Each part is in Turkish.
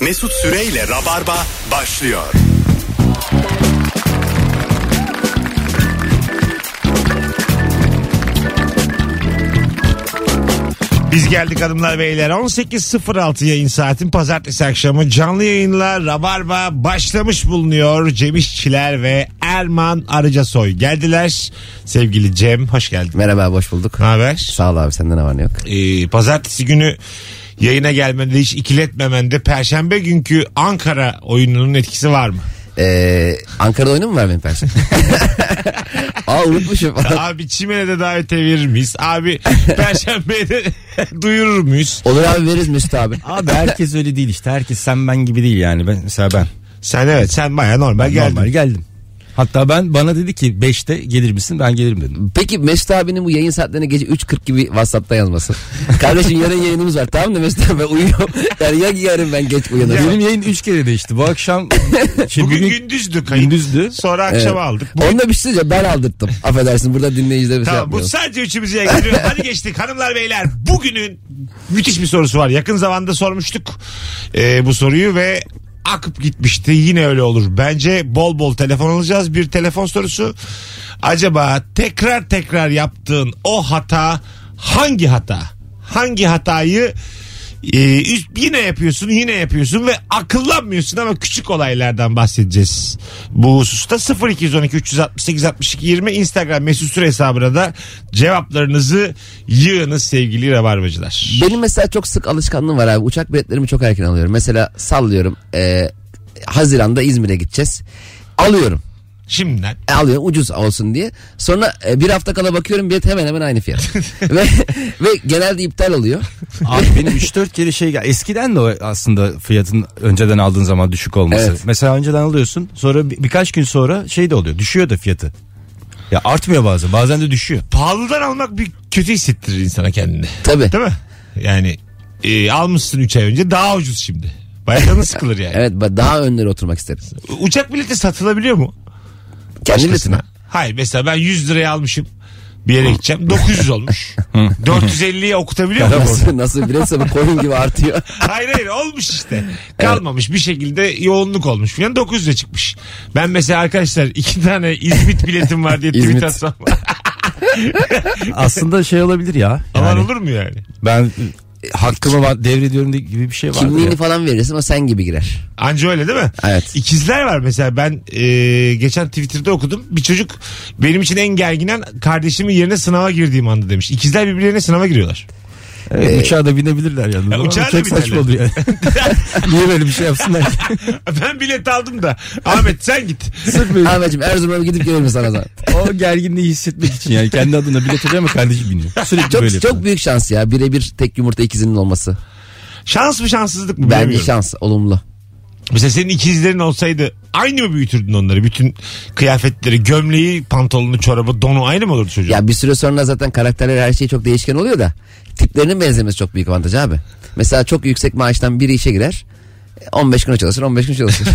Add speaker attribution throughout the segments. Speaker 1: Mesut Süreyle Rabarba başlıyor.
Speaker 2: Biz geldik hanımlar beyler 18.06 yayın saatin pazartesi akşamı canlı yayınla Rabarba başlamış bulunuyor. Cem İşçiler ve Erman Arıcasoy geldiler. Sevgili Cem hoş geldin.
Speaker 3: Merhaba abi, hoş bulduk.
Speaker 2: Ne haber?
Speaker 3: Sağ ol abi senden ne var ne yok.
Speaker 2: Ee, pazartesi günü yayına gelmende hiç ikiletmemende perşembe günkü Ankara oyununun etkisi var mı?
Speaker 3: Ee, Ankara'da oyunu mu var benim perşembe? Aa unutmuşum.
Speaker 2: Abi Çimen'e de davetiye verir miyiz? Abi Perşembe'ye de duyurur muyuz?
Speaker 3: Olur abi veririz Mesut abi.
Speaker 4: Abi herkes öyle değil işte. Herkes sen ben gibi değil yani. Ben, mesela ben.
Speaker 2: Sen evet sen baya normal geldin.
Speaker 4: Normal geldim. Hatta ben bana dedi ki 5'te gelir misin? Ben gelirim dedim.
Speaker 3: Peki Mesut abinin bu yayın saatlerine gece 3.40 gibi Whatsapp'ta yazması. Kardeşim yarın yayınımız var tamam mı Mesut abi ben uyuyorum. Yani ya yarın ben geç uyanırım.
Speaker 4: Benim yayın 3 kere değişti. Bu akşam şey,
Speaker 2: Bugün,
Speaker 4: bugün,
Speaker 2: gündüzdü kayıt.
Speaker 4: gündüzdü.
Speaker 2: Sonra akşam aldık. Bu-
Speaker 3: Onda bir şey söyleyeceğim ben aldırttım. Affedersin burada şey dinleyicilerimiz
Speaker 2: Tamam bu
Speaker 3: yapmıyor.
Speaker 2: sadece üçümüz yayın giriyor. Hadi geçtik hanımlar beyler. Bugünün müthiş bir sorusu var. Yakın zamanda sormuştuk e, bu soruyu ve akıp gitmişti. Yine öyle olur. Bence bol bol telefon alacağız. Bir telefon sorusu. Acaba tekrar tekrar yaptığın o hata hangi hata? Hangi hatayı e, üst- yine yapıyorsun yine yapıyorsun ve akıllanmıyorsun ama küçük olaylardan bahsedeceğiz. Bu hususta 0212 368 62 20 Instagram mesut süre hesabına da cevaplarınızı yığınız sevgili rabarbacılar.
Speaker 3: Benim mesela çok sık alışkanlığım var abi. Uçak biletlerimi çok erken alıyorum. Mesela sallıyorum. ee, Haziran'da İzmir'e gideceğiz. Alıyorum.
Speaker 2: Şimdiden.
Speaker 3: E, alıyorum ucuz olsun diye. Sonra e, bir hafta kala bakıyorum bilet hemen hemen aynı fiyat. ve, ve genelde iptal oluyor.
Speaker 4: Abi benim 3-4 kere şey gel- eskiden de o aslında fiyatın önceden aldığın zaman düşük olması.
Speaker 3: Evet.
Speaker 4: Mesela önceden alıyorsun sonra bir- birkaç gün sonra şey de oluyor düşüyor da fiyatı. Ya artmıyor bazen bazen de düşüyor.
Speaker 2: Pahalıdan almak bir kötü hissettirir insana kendini.
Speaker 3: Tabii.
Speaker 2: Değil mi? Yani e, almışsın 3 ay önce daha ucuz şimdi. Bayağı canın sıkılır yani.
Speaker 3: Evet ba- daha önlere oturmak isterim.
Speaker 2: Uçak bileti satılabiliyor mu?
Speaker 3: Kendi
Speaker 2: Başkasına.
Speaker 3: biletine.
Speaker 2: Hayır mesela ben 100 liraya almışım. Bir yere gideceğim. 900 olmuş. 450'ye okutabiliyor muyum?
Speaker 3: Nasıl, nasıl biletse bu koyun gibi artıyor.
Speaker 2: Hayır hayır olmuş işte. Kalmamış bir şekilde yoğunluk olmuş filan 900'e çıkmış. Ben mesela arkadaşlar iki tane İzmit biletim var diye tweet
Speaker 3: İzmit.
Speaker 2: atsam.
Speaker 4: Aslında şey olabilir ya.
Speaker 2: Alan
Speaker 4: Yani
Speaker 2: olur mu yani?
Speaker 4: ben e, hakkımı va- devrediyorum gibi bir şey var.
Speaker 3: Kimliğini falan verirsin o sen gibi girer.
Speaker 2: Anca öyle değil mi?
Speaker 3: Evet.
Speaker 2: İkizler var mesela ben e, geçen Twitter'da okudum. Bir çocuk benim için en gerginen kardeşimin yerine sınava girdiğim anda demiş. İkizler birbirlerine sınava giriyorlar.
Speaker 4: Evet, uçağa da binebilirler yani.
Speaker 2: Ya, uçağa da
Speaker 4: çok saçma olur
Speaker 2: binerler.
Speaker 4: yani. Niye böyle bir şey yapsınlar ki?
Speaker 2: Ben bilet aldım da Ahmet sen git.
Speaker 4: Sırf böyle
Speaker 3: Ahmetciğim Erzurum'a gidip gelelim sana zaten.
Speaker 4: o gerginliği hissetmek için yani. Kendi adına bilet alıyor ama kardeşi biniyor. Sürekli
Speaker 3: Çok,
Speaker 4: böyle
Speaker 3: çok
Speaker 4: yapıyor.
Speaker 3: büyük şans ya birebir tek yumurta ikizinin olması.
Speaker 2: Şans mı şanssızlık mı
Speaker 3: Bence
Speaker 2: bilmiyorum.
Speaker 3: şans olumlu.
Speaker 2: Mesela senin ikizlerin olsaydı aynı mı büyütürdün onları? Bütün kıyafetleri, gömleği, pantolonu, çorabı, donu aynı mı olurdu çocuğa?
Speaker 3: Ya bir süre sonra zaten karakterler her şey çok değişken oluyor da tiplerinin benzemesi çok büyük avantaj abi. Mesela çok yüksek maaştan biri işe girer. 15 gün çalışır 15 gün çalışır.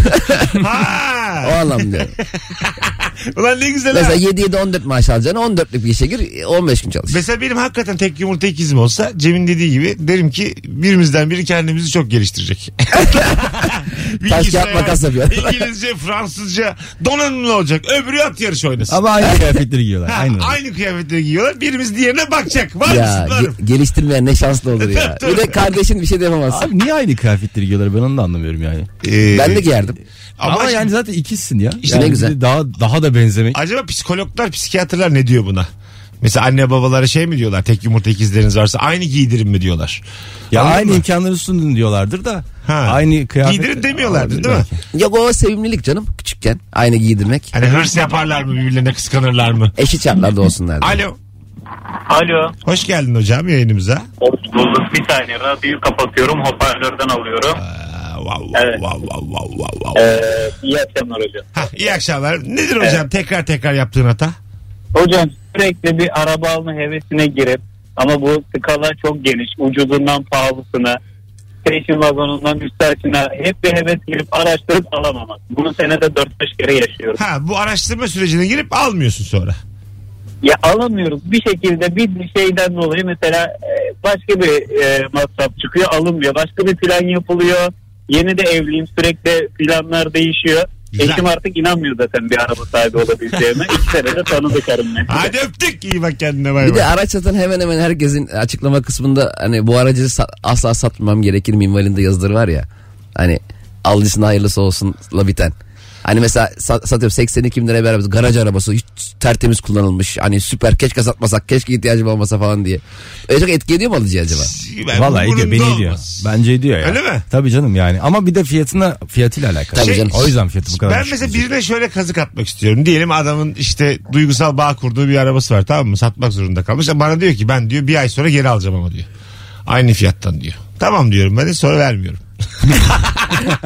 Speaker 3: o
Speaker 2: Ha!
Speaker 3: anlamda diyorum.
Speaker 2: Ulan ne güzel ha.
Speaker 3: Mesela 7 7 14 maaş alacaksın 14'lük bir işe gir 15 gün çalış.
Speaker 2: Mesela benim hakikaten tek yumurta ikizim olsa Cem'in dediği gibi derim ki birimizden biri kendimizi çok geliştirecek.
Speaker 3: Taş kağıt makas yapıyor.
Speaker 2: İngilizce, Fransızca donanımlı olacak. Öbürü at yarışı oynasın.
Speaker 4: Ama aynı kıyafetleri giyiyorlar.
Speaker 2: Ha,
Speaker 4: Aynı.
Speaker 2: aynı, kıyafetleri giyiyorlar. Birimiz diğerine bakacak. Var
Speaker 3: ya
Speaker 2: mısın? Varım.
Speaker 3: ge- geliştirmeyen ne şanslı olur ya.
Speaker 2: Tabii,
Speaker 3: Bir de
Speaker 2: tabii.
Speaker 3: kardeşin bir şey de yapamazsın.
Speaker 4: Abi niye aynı kıyafetleri giyiyorlar ben onu da anlamıyorum yani.
Speaker 2: Ee,
Speaker 3: e, Ben de giyerdim.
Speaker 2: ama,
Speaker 4: Ama, yani zaten ikizsin ya.
Speaker 3: İşte
Speaker 4: yani
Speaker 3: ne güzel.
Speaker 4: bir de Daha, daha da benzemek.
Speaker 2: Acaba psikologlar, psikiyatrlar ne diyor buna? Mesela anne babalara şey mi diyorlar? Tek yumurta ikizleriniz varsa aynı giydirin mi diyorlar?
Speaker 4: ya
Speaker 2: Anladın
Speaker 4: aynı
Speaker 2: mı?
Speaker 4: imkanları sunun diyorlardır da.
Speaker 2: Ha.
Speaker 4: Aynı kıyafet.
Speaker 2: Giydirin demiyorlardır
Speaker 4: Abi,
Speaker 2: değil mi?
Speaker 3: Yok o sevimlilik canım küçükken aynı giydirmek.
Speaker 2: Hani hırs yaparlar mı birbirlerine kıskanırlar mı?
Speaker 3: Eşit şartlarda olsunlar. diye.
Speaker 2: Alo.
Speaker 5: Alo.
Speaker 2: Hoş geldin hocam yayınımıza.
Speaker 5: Bulduk bir saniye radyoyu kapatıyorum hoparlörden alıyorum.
Speaker 2: Aa, Vav vav
Speaker 5: Evet.
Speaker 2: vav vav vav vav vav.
Speaker 5: Ee, iyi akşamlar hocam.
Speaker 2: Hah, iyi akşamlar. Nedir hocam tekrar tekrar yaptığın hata?
Speaker 5: Hocam sürekli bir araba alma hevesine girip ama bu skala çok geniş. Ucuzundan pahalısına, station vagonundan üstersine hep bir heves girip araştırıp alamamak. Bunu senede 4-5 kere yaşıyorum.
Speaker 2: Ha bu araştırma sürecine girip almıyorsun sonra.
Speaker 5: Ya alamıyoruz bir şekilde bir şeyden dolayı mesela e, başka bir e, masraf çıkıyor alınmıyor. Başka bir plan yapılıyor Yeni de evliyim sürekli planlar değişiyor.
Speaker 2: Güzel.
Speaker 5: Eşim artık inanmıyor zaten bir araba sahibi olabileceğime. İki sene de tanıdık arım mesela.
Speaker 2: Hadi öptük. İyi bak kendine bay
Speaker 3: Bir de
Speaker 2: bay.
Speaker 3: araç satan hemen hemen herkesin açıklama kısmında hani bu aracı sa- asla satmam gerekir minvalinde yazıları var ya. Hani alıcısına hayırlısı olsunla biten. Hani mesela sa- satıyorum 82 bin liraya bir arabası garaj arabası hiç tertemiz kullanılmış. Hani süper keşke satmasak keşke ihtiyacım olmasa falan diye. Öyle çok etki ediyor mu alıcıya acaba?
Speaker 2: Ben
Speaker 4: Vallahi
Speaker 2: bunun
Speaker 4: ediyor
Speaker 2: da
Speaker 4: beni
Speaker 2: olmaz.
Speaker 4: ediyor. Bence ediyor ya.
Speaker 2: Öyle mi?
Speaker 4: Tabii canım yani. Ama bir de fiyatına fiyatıyla alakalı.
Speaker 3: Tabii canım.
Speaker 4: O yüzden fiyatı bu kadar
Speaker 2: Ben
Speaker 4: düşük
Speaker 2: mesela
Speaker 4: olacak.
Speaker 2: birine şöyle kazık atmak istiyorum. Diyelim adamın işte duygusal bağ kurduğu bir arabası var tamam mı? Satmak zorunda kalmış. E Bana diyor ki ben diyor bir ay sonra geri alacağım ama diyor. Aynı fiyattan diyor. Tamam diyorum ben de sonra vermiyorum.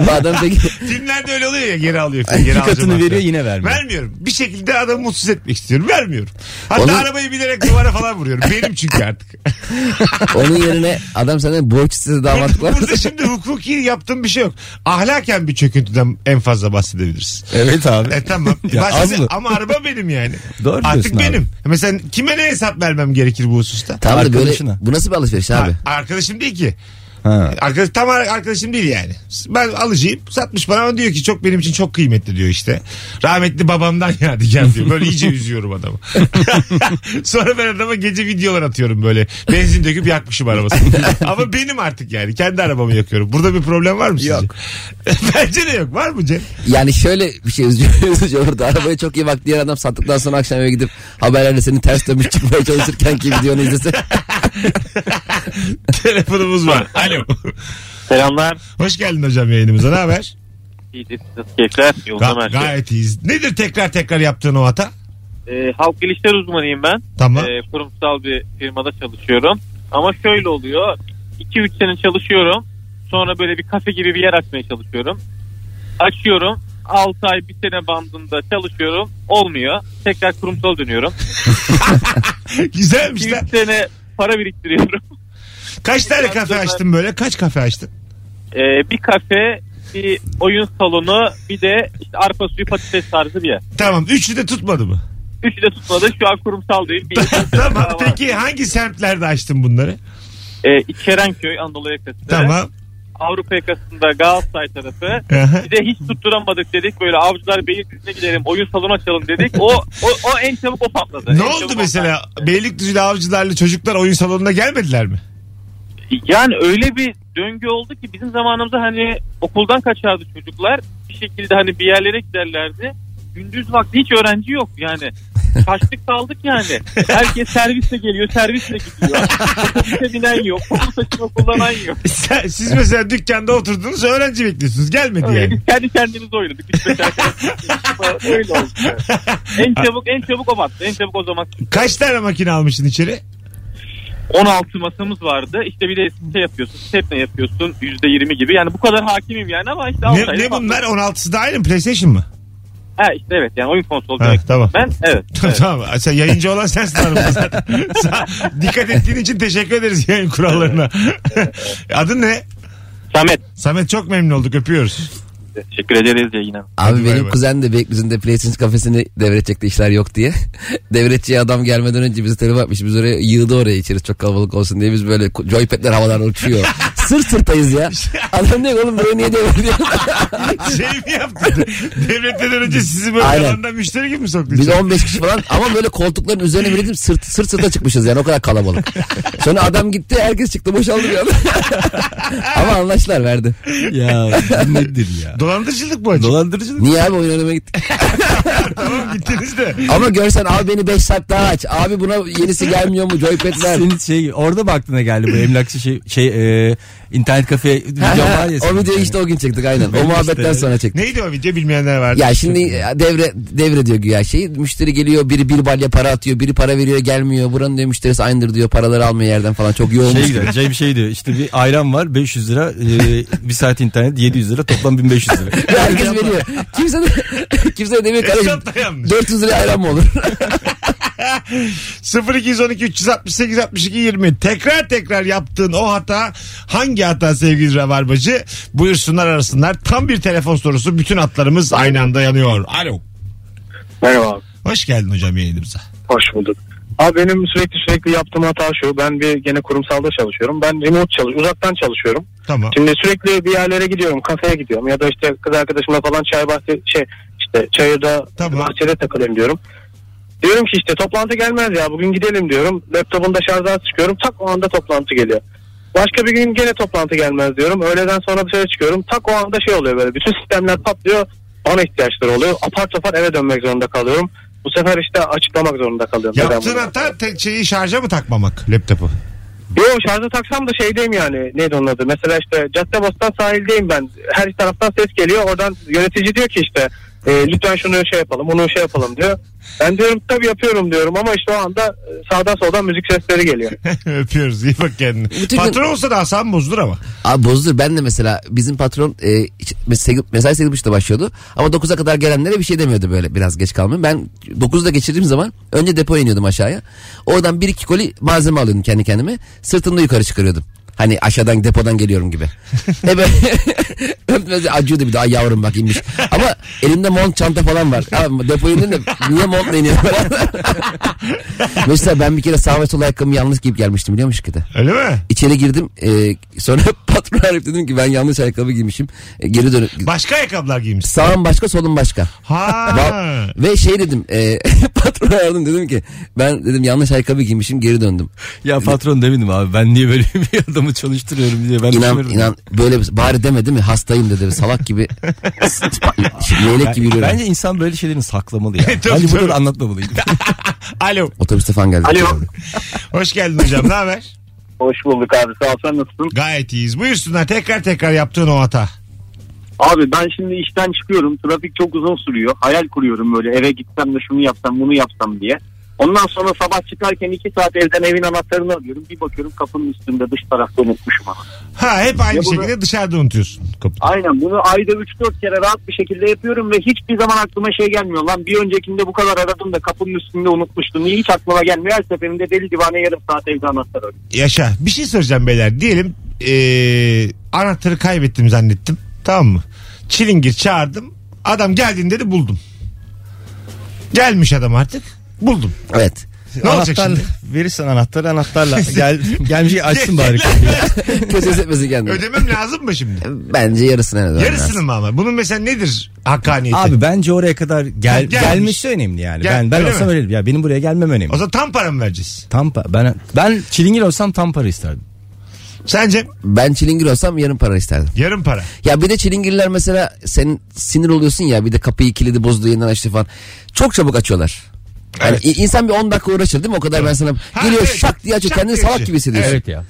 Speaker 3: Bu adam peki
Speaker 2: Filmlerde öyle oluyor ya geri alıyor. Film, geri
Speaker 4: İki katını
Speaker 2: alacağım
Speaker 4: veriyor,
Speaker 2: hatta.
Speaker 4: yine vermiyor.
Speaker 2: Vermiyorum. Bir şekilde adamı mutsuz etmek istiyorum. Vermiyorum. Hatta
Speaker 3: Onun-
Speaker 2: arabayı bilerek duvara falan vuruyorum. Benim çünkü artık.
Speaker 3: onun yerine adam senden borç istese daha mantıklı. olmaz.
Speaker 2: Burada şimdi hukuki yaptığım bir şey yok. Ahlaken bir çöküntüden en fazla bahsedebiliriz.
Speaker 4: Evet abi.
Speaker 2: E tamam.
Speaker 4: Ya
Speaker 2: Başkası-
Speaker 4: az mı?
Speaker 2: ama araba benim yani.
Speaker 4: Doğru
Speaker 2: Artık
Speaker 4: diyorsun abi.
Speaker 2: benim. Mesela kime ne hesap vermem gerekir bu hususta?
Speaker 3: Tamam da böyle
Speaker 4: Arkadaşına.
Speaker 3: bu nasıl bir alışveriş abi?
Speaker 2: Ha, Arkadaşım değil ki.
Speaker 4: Ha.
Speaker 2: Arkadaş, tam olarak arkadaşım değil yani. Ben alıcıyım. Satmış bana ama diyor ki çok benim için çok kıymetli diyor işte. Rahmetli babamdan yadigar diyor. Böyle iyice üzüyorum adamı. Sonra ben adama gece videolar atıyorum böyle. Benzin döküp yakmışım arabasını. ama benim artık yani. Kendi arabamı yakıyorum. Burada bir problem var mı sizce?
Speaker 4: Yok.
Speaker 2: Bence de yok. Var mı Cem?
Speaker 3: Yani şöyle bir şey üzücü, üzücü olurdu. Arabayı çok iyi bak diğer adam sattıktan sonra akşam eve gidip haberlerde seni ters dönmüş çıkmaya çalışırken ki videonu izlese.
Speaker 2: Telefonumuz var. Alo.
Speaker 5: Selamlar.
Speaker 2: Hoş geldin hocam yayınımıza. Ne haber?
Speaker 5: İyidir. Nasıl keyifler?
Speaker 2: Ga- gayet iyiyiz. Nedir tekrar tekrar yaptığın o hata?
Speaker 5: Ee, halk ilişkiler uzmanıyım ben.
Speaker 2: Tamam.
Speaker 5: Ee, kurumsal bir firmada çalışıyorum. Ama şöyle oluyor. 2-3 sene çalışıyorum. Sonra böyle bir kafe gibi bir yer açmaya çalışıyorum. Açıyorum. 6 ay bir sene bandında çalışıyorum. Olmuyor. Tekrar kurumsal dönüyorum.
Speaker 2: Güzelmiş
Speaker 5: 2-3
Speaker 2: lan.
Speaker 5: sene para biriktiriyorum.
Speaker 2: Kaç tane kafe açtın böyle? Kaç kafe açtın?
Speaker 5: Ee, bir kafe, bir oyun salonu, bir de işte arpa suyu patates tarzı bir yer.
Speaker 2: Tamam. Üçü de tutmadı mı?
Speaker 5: Üçü de tutmadı. Şu an kurumsal değil. Bir
Speaker 2: tamam. Peki hangi semtlerde açtın bunları?
Speaker 5: Ee, İçerenköy Anadolu yakasında.
Speaker 2: Tamam.
Speaker 5: Avrupa yakasında Galatasaray tarafı.
Speaker 2: Aha.
Speaker 5: Bir de hiç tutturamadık dedik. Böyle avcılar Beylikdüzü'ne gidelim oyun salonu açalım dedik. O o, o en çabuk o patladı.
Speaker 2: Ne
Speaker 5: En
Speaker 2: oldu
Speaker 5: çabuk o
Speaker 2: mesela?
Speaker 5: patladı.
Speaker 2: Beylikdüzü'de avcılarla çocuklar oyun salonuna gelmediler mi?
Speaker 5: Yani öyle bir döngü oldu ki bizim zamanımızda hani okuldan kaçardı çocuklar. Bir şekilde hani bir yerlere giderlerdi. Gündüz vakti hiç öğrenci yok yani. Kaçtık kaldık yani. Herkes servisle geliyor, servisle gidiyor. Otobüse binen yok, okul taşıma kullanan yok.
Speaker 2: Sen- siz mesela dükkanda oturdunuz öğrenci bekliyorsunuz. Gelmedi
Speaker 5: Öyle
Speaker 2: yani.
Speaker 5: biz kendi kendimiz oynadık. Üç beş arkadaş. Öyle oldu. En çabuk en çabuk o battı. En çabuk o zaman
Speaker 2: Kaç tane makine almışsın içeri?
Speaker 5: 16 masamız vardı. İşte bir de şey yapıyorsun. Stepne yapıyorsun. %20 gibi. Yani bu kadar hakimim yani ama işte
Speaker 2: Ne,
Speaker 5: altı ayda
Speaker 2: ne
Speaker 5: battı.
Speaker 2: bunlar? 16'sı da aynı mı? PlayStation mı?
Speaker 5: Ha işte evet yani oyun konsolu
Speaker 2: Ha,
Speaker 5: demek.
Speaker 2: tamam.
Speaker 5: Ben evet.
Speaker 2: Tamam,
Speaker 5: evet.
Speaker 2: tamam. Sen yayıncı olan sensin aramızda zaten. Sa- Dikkat ettiğin için teşekkür ederiz yayın kurallarına. Adın ne?
Speaker 5: Samet
Speaker 2: Samet çok memnun olduk öpüyoruz.
Speaker 5: teşekkür ederiz yayına.
Speaker 3: Abi
Speaker 2: Hadi bay
Speaker 3: benim
Speaker 2: bay.
Speaker 3: kuzen de Beylikdüzü'nde PlayStation kafesini devredecekti işler yok diye. Devretçiye adam gelmeden önce bizi telefon atmış. Biz oraya yığdı oraya içeri çok kalabalık olsun diye. Biz böyle ku- joypadler havalarda uçuyor. Sırt sırtayız ya. Adam diyor ki, oğlum burayı niye devrediyor?
Speaker 2: Şey mi yaptın? Devletten önce sizi böyle
Speaker 3: Aynen.
Speaker 2: yalandan müşteri gibi mi soktu?
Speaker 3: Biz
Speaker 2: içeri?
Speaker 3: 15 kişi falan ama böyle koltukların üzerine bile değil, sırt, sırt sırta çıkmışız yani o kadar kalabalık. Sonra adam gitti herkes çıktı boşaldı bir anda. ama anlaştılar verdi.
Speaker 4: Ya bu nedir ya?
Speaker 2: Dolandırıcılık bu açık.
Speaker 4: Dolandırıcılık.
Speaker 3: Niye abi oyun oynamaya gittik?
Speaker 2: tamam gittiniz de.
Speaker 3: Ama görsen abi beni 5 saat daha aç. Abi buna yenisi gelmiyor mu? Joypad ver.
Speaker 4: Senin şey orada mı aklına geldi bu emlakçı şey şey e, internet kafe videon var ya.
Speaker 3: o
Speaker 4: senin.
Speaker 3: videoyu işte o gün çektik aynen. O muhabbetten sonra çektik.
Speaker 2: Neydi o video bilmeyenler vardı.
Speaker 3: Ya şimdi devre devre diyor güya şey. Müşteri geliyor biri bir balya para atıyor. Biri para veriyor gelmiyor. Buranın diyor müşterisi aynıdır diyor. Paraları almıyor yerden falan. Çok yoğunmuş.
Speaker 4: Şey diyor, Cem şey diyor işte bir ayran var 500 lira e, bir saat internet 700 lira toplam 1500 lira.
Speaker 3: Herkes veriyor. Kimse de, kimse de demiyor ki "Kardeşim,
Speaker 2: Hesap da yanlış.
Speaker 3: 400 lira ayran mı olur?
Speaker 2: 0212 368 62 20 tekrar tekrar yaptığın o hata hangi hata sevgili Rabarbacı? Buyursunlar arasınlar. Tam bir telefon sorusu. Bütün hatlarımız aynı anda yanıyor. Alo.
Speaker 6: Merhaba abi.
Speaker 2: Hoş geldin hocam yayınımıza.
Speaker 6: Hoş bulduk.
Speaker 7: Abi benim sürekli sürekli yaptığım hata şu. Ben bir gene kurumsalda çalışıyorum. Ben remote çalış, uzaktan çalışıyorum.
Speaker 2: Tamam.
Speaker 7: Şimdi sürekli bir yerlere gidiyorum, kafeye gidiyorum ya da işte kız arkadaşımla falan çay bahçe şey işte çayırda
Speaker 2: Tamam.
Speaker 7: bahçede takılayım diyorum. Diyorum ki işte toplantı gelmez ya bugün gidelim diyorum. Laptopun da şarja çıkıyorum tak o anda toplantı geliyor. Başka bir gün gene toplantı gelmez diyorum. Öğleden sonra dışarı çıkıyorum. Tak o anda şey oluyor böyle. Bütün sistemler patlıyor. Bana ihtiyaçları oluyor. Apar topar eve dönmek zorunda kalıyorum. Bu sefer işte açıklamak zorunda kalıyorum. Neden
Speaker 2: Yaptığın
Speaker 7: bunu
Speaker 2: hata tek şeyi şarja mı takmamak laptopu?
Speaker 7: Yo şarja taksam da şeydeyim yani neydi onun adı mesela işte Caddebostan sahildeyim ben her taraftan ses geliyor oradan yönetici diyor ki işte e, lütfen şunu şey yapalım bunu şey yapalım diyor. Ben diyorum tabii yapıyorum diyorum ama işte o anda e, sağdan soldan müzik sesleri geliyor.
Speaker 2: Öpüyoruz iyi bak kendine.
Speaker 3: Bütün gün-
Speaker 2: Patron olsa da Hasan bozdur ama.
Speaker 3: Abi bozdur ben de mesela bizim patron e, hiç- mes- mesai 8.30'da başlıyordu ama 9'a kadar gelenlere bir şey demiyordu böyle biraz geç kalmayın. Ben 9'da geçirdiğim zaman önce depoya iniyordum aşağıya. Oradan bir iki koli malzeme alıyordum kendi kendime sırtımda yukarı çıkarıyordum. Hani aşağıdan depodan geliyorum gibi. e böyle öpmez acıyordu bir daha yavrum bak inmiş. Ama elimde mont çanta falan var. Abi depoya indim de niye montla iniyorum falan. Mesela ben bir kere sağ ve sol ayakkabımı yanlış giyip gelmiştim biliyor musun ki
Speaker 2: Öyle mi?
Speaker 3: İçeri girdim. E, sonra patron arayıp dedim ki ben yanlış ayakkabı giymişim. E, geri dönüp
Speaker 2: Başka ayakkabılar giymişsin.
Speaker 3: sağım başka solum başka.
Speaker 2: Ha.
Speaker 3: Va- Ve şey dedim e, patrona aradım dedim ki ben dedim yanlış ayakkabı giymişim geri döndüm.
Speaker 4: Ya patron demedim abi ben niye böyle bir adamı çalıştırıyorum diye. Ben
Speaker 3: İnan
Speaker 4: düşünüyorum.
Speaker 3: inan böyle bir- bari deme değil mi hastayım dedi salak gibi leylek gibi yürüyorum.
Speaker 4: Bence insan böyle şeylerini saklamalı ya.
Speaker 2: Tabii,
Speaker 4: Bence
Speaker 2: tabii.
Speaker 4: bunları anlatmamalıydı.
Speaker 2: Alo.
Speaker 3: Otobüste falan geldi.
Speaker 8: Alo.
Speaker 2: Hoş geldin hocam. Ne haber?
Speaker 8: Hoş bulduk abi sağ ol sen nasılsın?
Speaker 2: Gayet iyiyiz. Buyursunlar tekrar tekrar yaptığın o hata.
Speaker 8: Abi ben şimdi işten çıkıyorum trafik çok uzun sürüyor. Hayal kuruyorum böyle eve gitsem de şunu yapsam bunu yapsam diye. Ondan sonra sabah çıkarken iki saat evden evin anahtarını alıyorum. Bir bakıyorum kapının üstünde dış tarafta unutmuşum ama.
Speaker 2: Ha hep aynı
Speaker 8: Ya bunu-
Speaker 2: şekilde dışarıda unutuyorsun. Kapı-
Speaker 8: Aynen bunu ayda 3-4 kere rahat bir şekilde yapıyorum ve hiçbir zaman aklıma şey gelmiyor. Lan bir öncekinde bu kadar aradım da kapının üstünde unutmuştum. Niye hiç aklıma gelmiyor? Her seferinde deli divane yarım saat evde anahtar arıyorum.
Speaker 2: Yaşa. Bir şey soracağım beyler. Diyelim eee, anahtarı kaybettim zannettim. Tamam mı? Çilingir çağırdım. Adam geldiğinde de buldum. Gelmiş adam artık. Buldum.
Speaker 3: Evet.
Speaker 2: Ne olacak şimdi?
Speaker 4: Verirsen anahtarı anahtarla. Gel, gelmiş açsın bari kapıyı.
Speaker 3: Kötü hissetmesin kendini.
Speaker 2: Ödemem lazım mı şimdi?
Speaker 3: Bence yarısını en azından.
Speaker 2: Yarısını mı ama? Bunun mesela nedir hakkaniyeti?
Speaker 4: Abi bence oraya kadar gel,
Speaker 2: Gelmiş.
Speaker 4: gelmesi önemli yani.
Speaker 2: Gel-
Speaker 4: ben ben
Speaker 2: öyle
Speaker 4: olsam
Speaker 2: mi?
Speaker 4: öyle. Ya benim buraya gelmem önemli.
Speaker 2: O zaman tam para mı vereceğiz?
Speaker 4: Tam pa- ben ben çilingir olsam tam para isterdim.
Speaker 2: Sence
Speaker 3: Ben çilingir olsam yarım para isterdim.
Speaker 2: yarım para.
Speaker 3: Ya bir de çilingirler mesela sen sinir oluyorsun ya bir de kapıyı kilidi bozdu yeniden açtı falan. Çok çabuk açıyorlar. Yani
Speaker 2: Evet.
Speaker 3: i- insan bir 10 dakika uğraşır değil mi? O kadar ben sana
Speaker 2: Ha,
Speaker 3: geliyor
Speaker 2: evet.
Speaker 3: şak diye açıyor.
Speaker 2: Şak
Speaker 3: Kendini
Speaker 2: diye
Speaker 3: salak
Speaker 2: açıyor.
Speaker 3: gibi hissediyorsun.
Speaker 4: ya.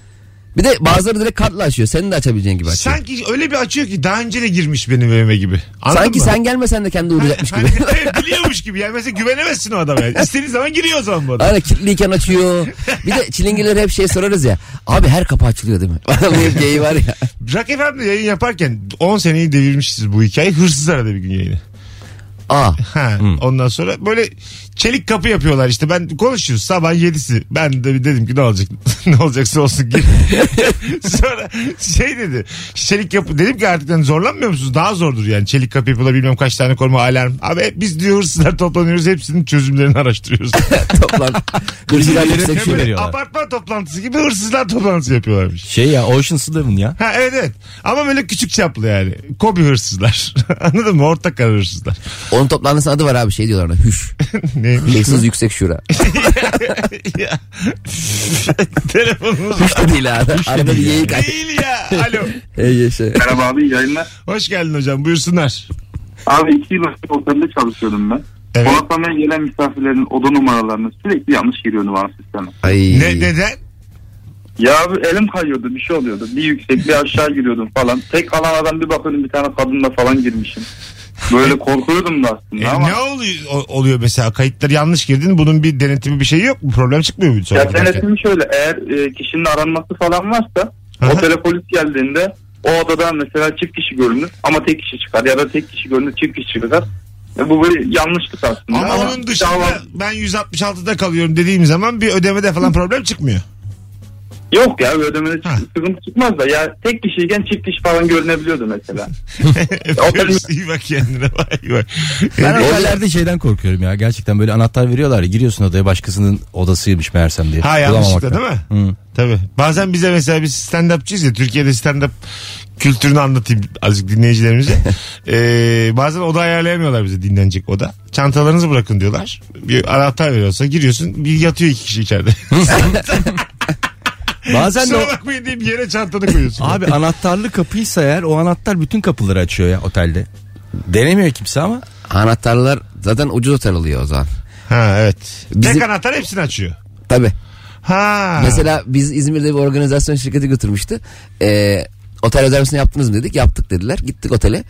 Speaker 3: Bir de bazıları direkt kartla açıyor. Senin de açabileceğin gibi açıyor.
Speaker 2: Sanki öyle bir açıyor ki daha önce de girmiş benim evime gibi. Anladın
Speaker 3: Sanki
Speaker 2: mı?
Speaker 3: sen gelmesen de kendi uğrayacakmış gibi.
Speaker 2: Hani, evet, biliyormuş gibi. Yani mesela güvenemezsin o adama. Yani. İstediği zaman giriyor o zaman bu adam.
Speaker 3: Aynen kilitliyken açıyor. Bir de çilingirlere hep şey sorarız ya. Abi her kapı açılıyor değil mi? Bana bu hep geyiği var ya.
Speaker 2: Rock FM'de yayın yaparken 10 seneyi devirmişiz bu hikaye. Hırsız aradı bir gün yayını.
Speaker 3: Aa.
Speaker 2: Ha, ondan sonra böyle çelik kapı yapıyorlar işte. Ben konuşuyoruz sabah 7'si. Ben de bir dedim ki ne olacak? ne olacaksa olsun gir. sonra şey dedi. Çelik kapı dedim ki artık hani zorlanmıyor musunuz? Daha zordur yani. Çelik kapı yapıyorlar bilmem kaç tane koruma alarm. Abi biz diyor hırsızlar toplanıyoruz. Hepsinin çözümlerini araştırıyoruz.
Speaker 3: Toplam. Hırsızlar yüksek
Speaker 4: Şey
Speaker 3: şu.
Speaker 4: veriyorlar.
Speaker 2: Apartman toplantısı gibi hırsızlar toplantısı yapıyorlarmış.
Speaker 4: Şey ya Ocean's Eleven ya.
Speaker 2: Ha evet evet. Ama böyle küçük çaplı yani. Kobi hırsızlar. Anladın mı? Orta karar hırsızlar.
Speaker 3: Onun toplantısının adı var abi şey diyorlar ona. Hüş.
Speaker 2: Neymiş?
Speaker 3: Hırsız yüksek şura.
Speaker 2: Ya. Telefonumuz
Speaker 3: Hüş de değil abi. Arada bir geyik aç.
Speaker 2: değil ya. Alo.
Speaker 3: Ey yaşa.
Speaker 9: Merhaba abi iyi yayınlar.
Speaker 2: Hoş geldin hocam. Buyursunlar.
Speaker 9: Abi iki yıl önce otelde çalışıyordum ben.
Speaker 2: Evet.
Speaker 9: Konaklamaya gelen misafirlerin oda numaralarını sürekli yanlış giriyordu bana sisteme.
Speaker 3: Ay.
Speaker 2: Ne, neden? E,
Speaker 9: Ya abi elim kayıyordu bir şey oluyordu. Bir yüksek bir aşağı giriyordum falan. Tek kalan adam bir bakıyordum bir tane kadınla falan girmişim. Böyle korkuyordum da aslında
Speaker 2: E,
Speaker 9: ama.
Speaker 2: ne oluyor, o- oluyor mesela? Kayıtları yanlış girdin. Bunun bir denetimi bir şey yok mu? Problem çıkmıyor mu?
Speaker 9: Ya denetimi şöyle eğer e, kişinin aranması falan varsa
Speaker 2: Aha.
Speaker 9: otele polis geldiğinde o odada mesela çift kişi görünür ama tek kişi çıkar ya da tek kişi görünür çift kişi çıkar. E, bu böyle yanlışlık aslında.
Speaker 2: Ama, onun dışında
Speaker 9: dava-
Speaker 2: ben 166'da kalıyorum dediğim zaman bir ödemede falan problem çıkmıyor.
Speaker 9: Yok ya ödemede
Speaker 2: Ha.
Speaker 9: sıkıntı çıkmaz da ya tek kişiyken çift kişi falan görünebiliyordu mesela.
Speaker 2: Öpüyoruz. İyi bak kendine. Bak, iyi bak.
Speaker 4: Ben otellerde şeyden korkuyorum ya. Gerçekten böyle anahtar veriyorlar ya. Giriyorsun odaya başkasının odasıymış meğersem diye.
Speaker 2: Ha yanlışlıkla
Speaker 4: Bulamamaktan.
Speaker 2: değil mi? Tabii. Bazen bize mesela biz stand upçıyız ya Türkiye'de stand up kültürünü anlatayım azıcık dinleyicilerimize. Ee, bazen oda ayarlayamıyorlar bize dinlenecek oda. Çantalarınızı bırakın diyorlar. Bir anahtar veriyorsa giriyorsun bir yatıyor iki kişi içeride.
Speaker 4: Bazen de o-
Speaker 2: Kusura bakmayın deyip yere çantanı koyuyorsun.
Speaker 4: Abi anahtarlı kapıysa eğer o anahtar bütün kapıları açıyor ya otelde. Denemiyor kimse ama.
Speaker 3: Anahtarlar zaten ucuz otel oluyor o zaman.
Speaker 2: ha evet. Tek
Speaker 3: Bizim-
Speaker 2: anahtar hepsini açıyor.
Speaker 3: Tabii.
Speaker 2: Ha.
Speaker 3: Mesela biz İzmir'de bir organizasyon şirketi götürmüştü. Ee, otel rezervasyonu yaptınız mı dedik. Yaptık dediler. Gittik otele.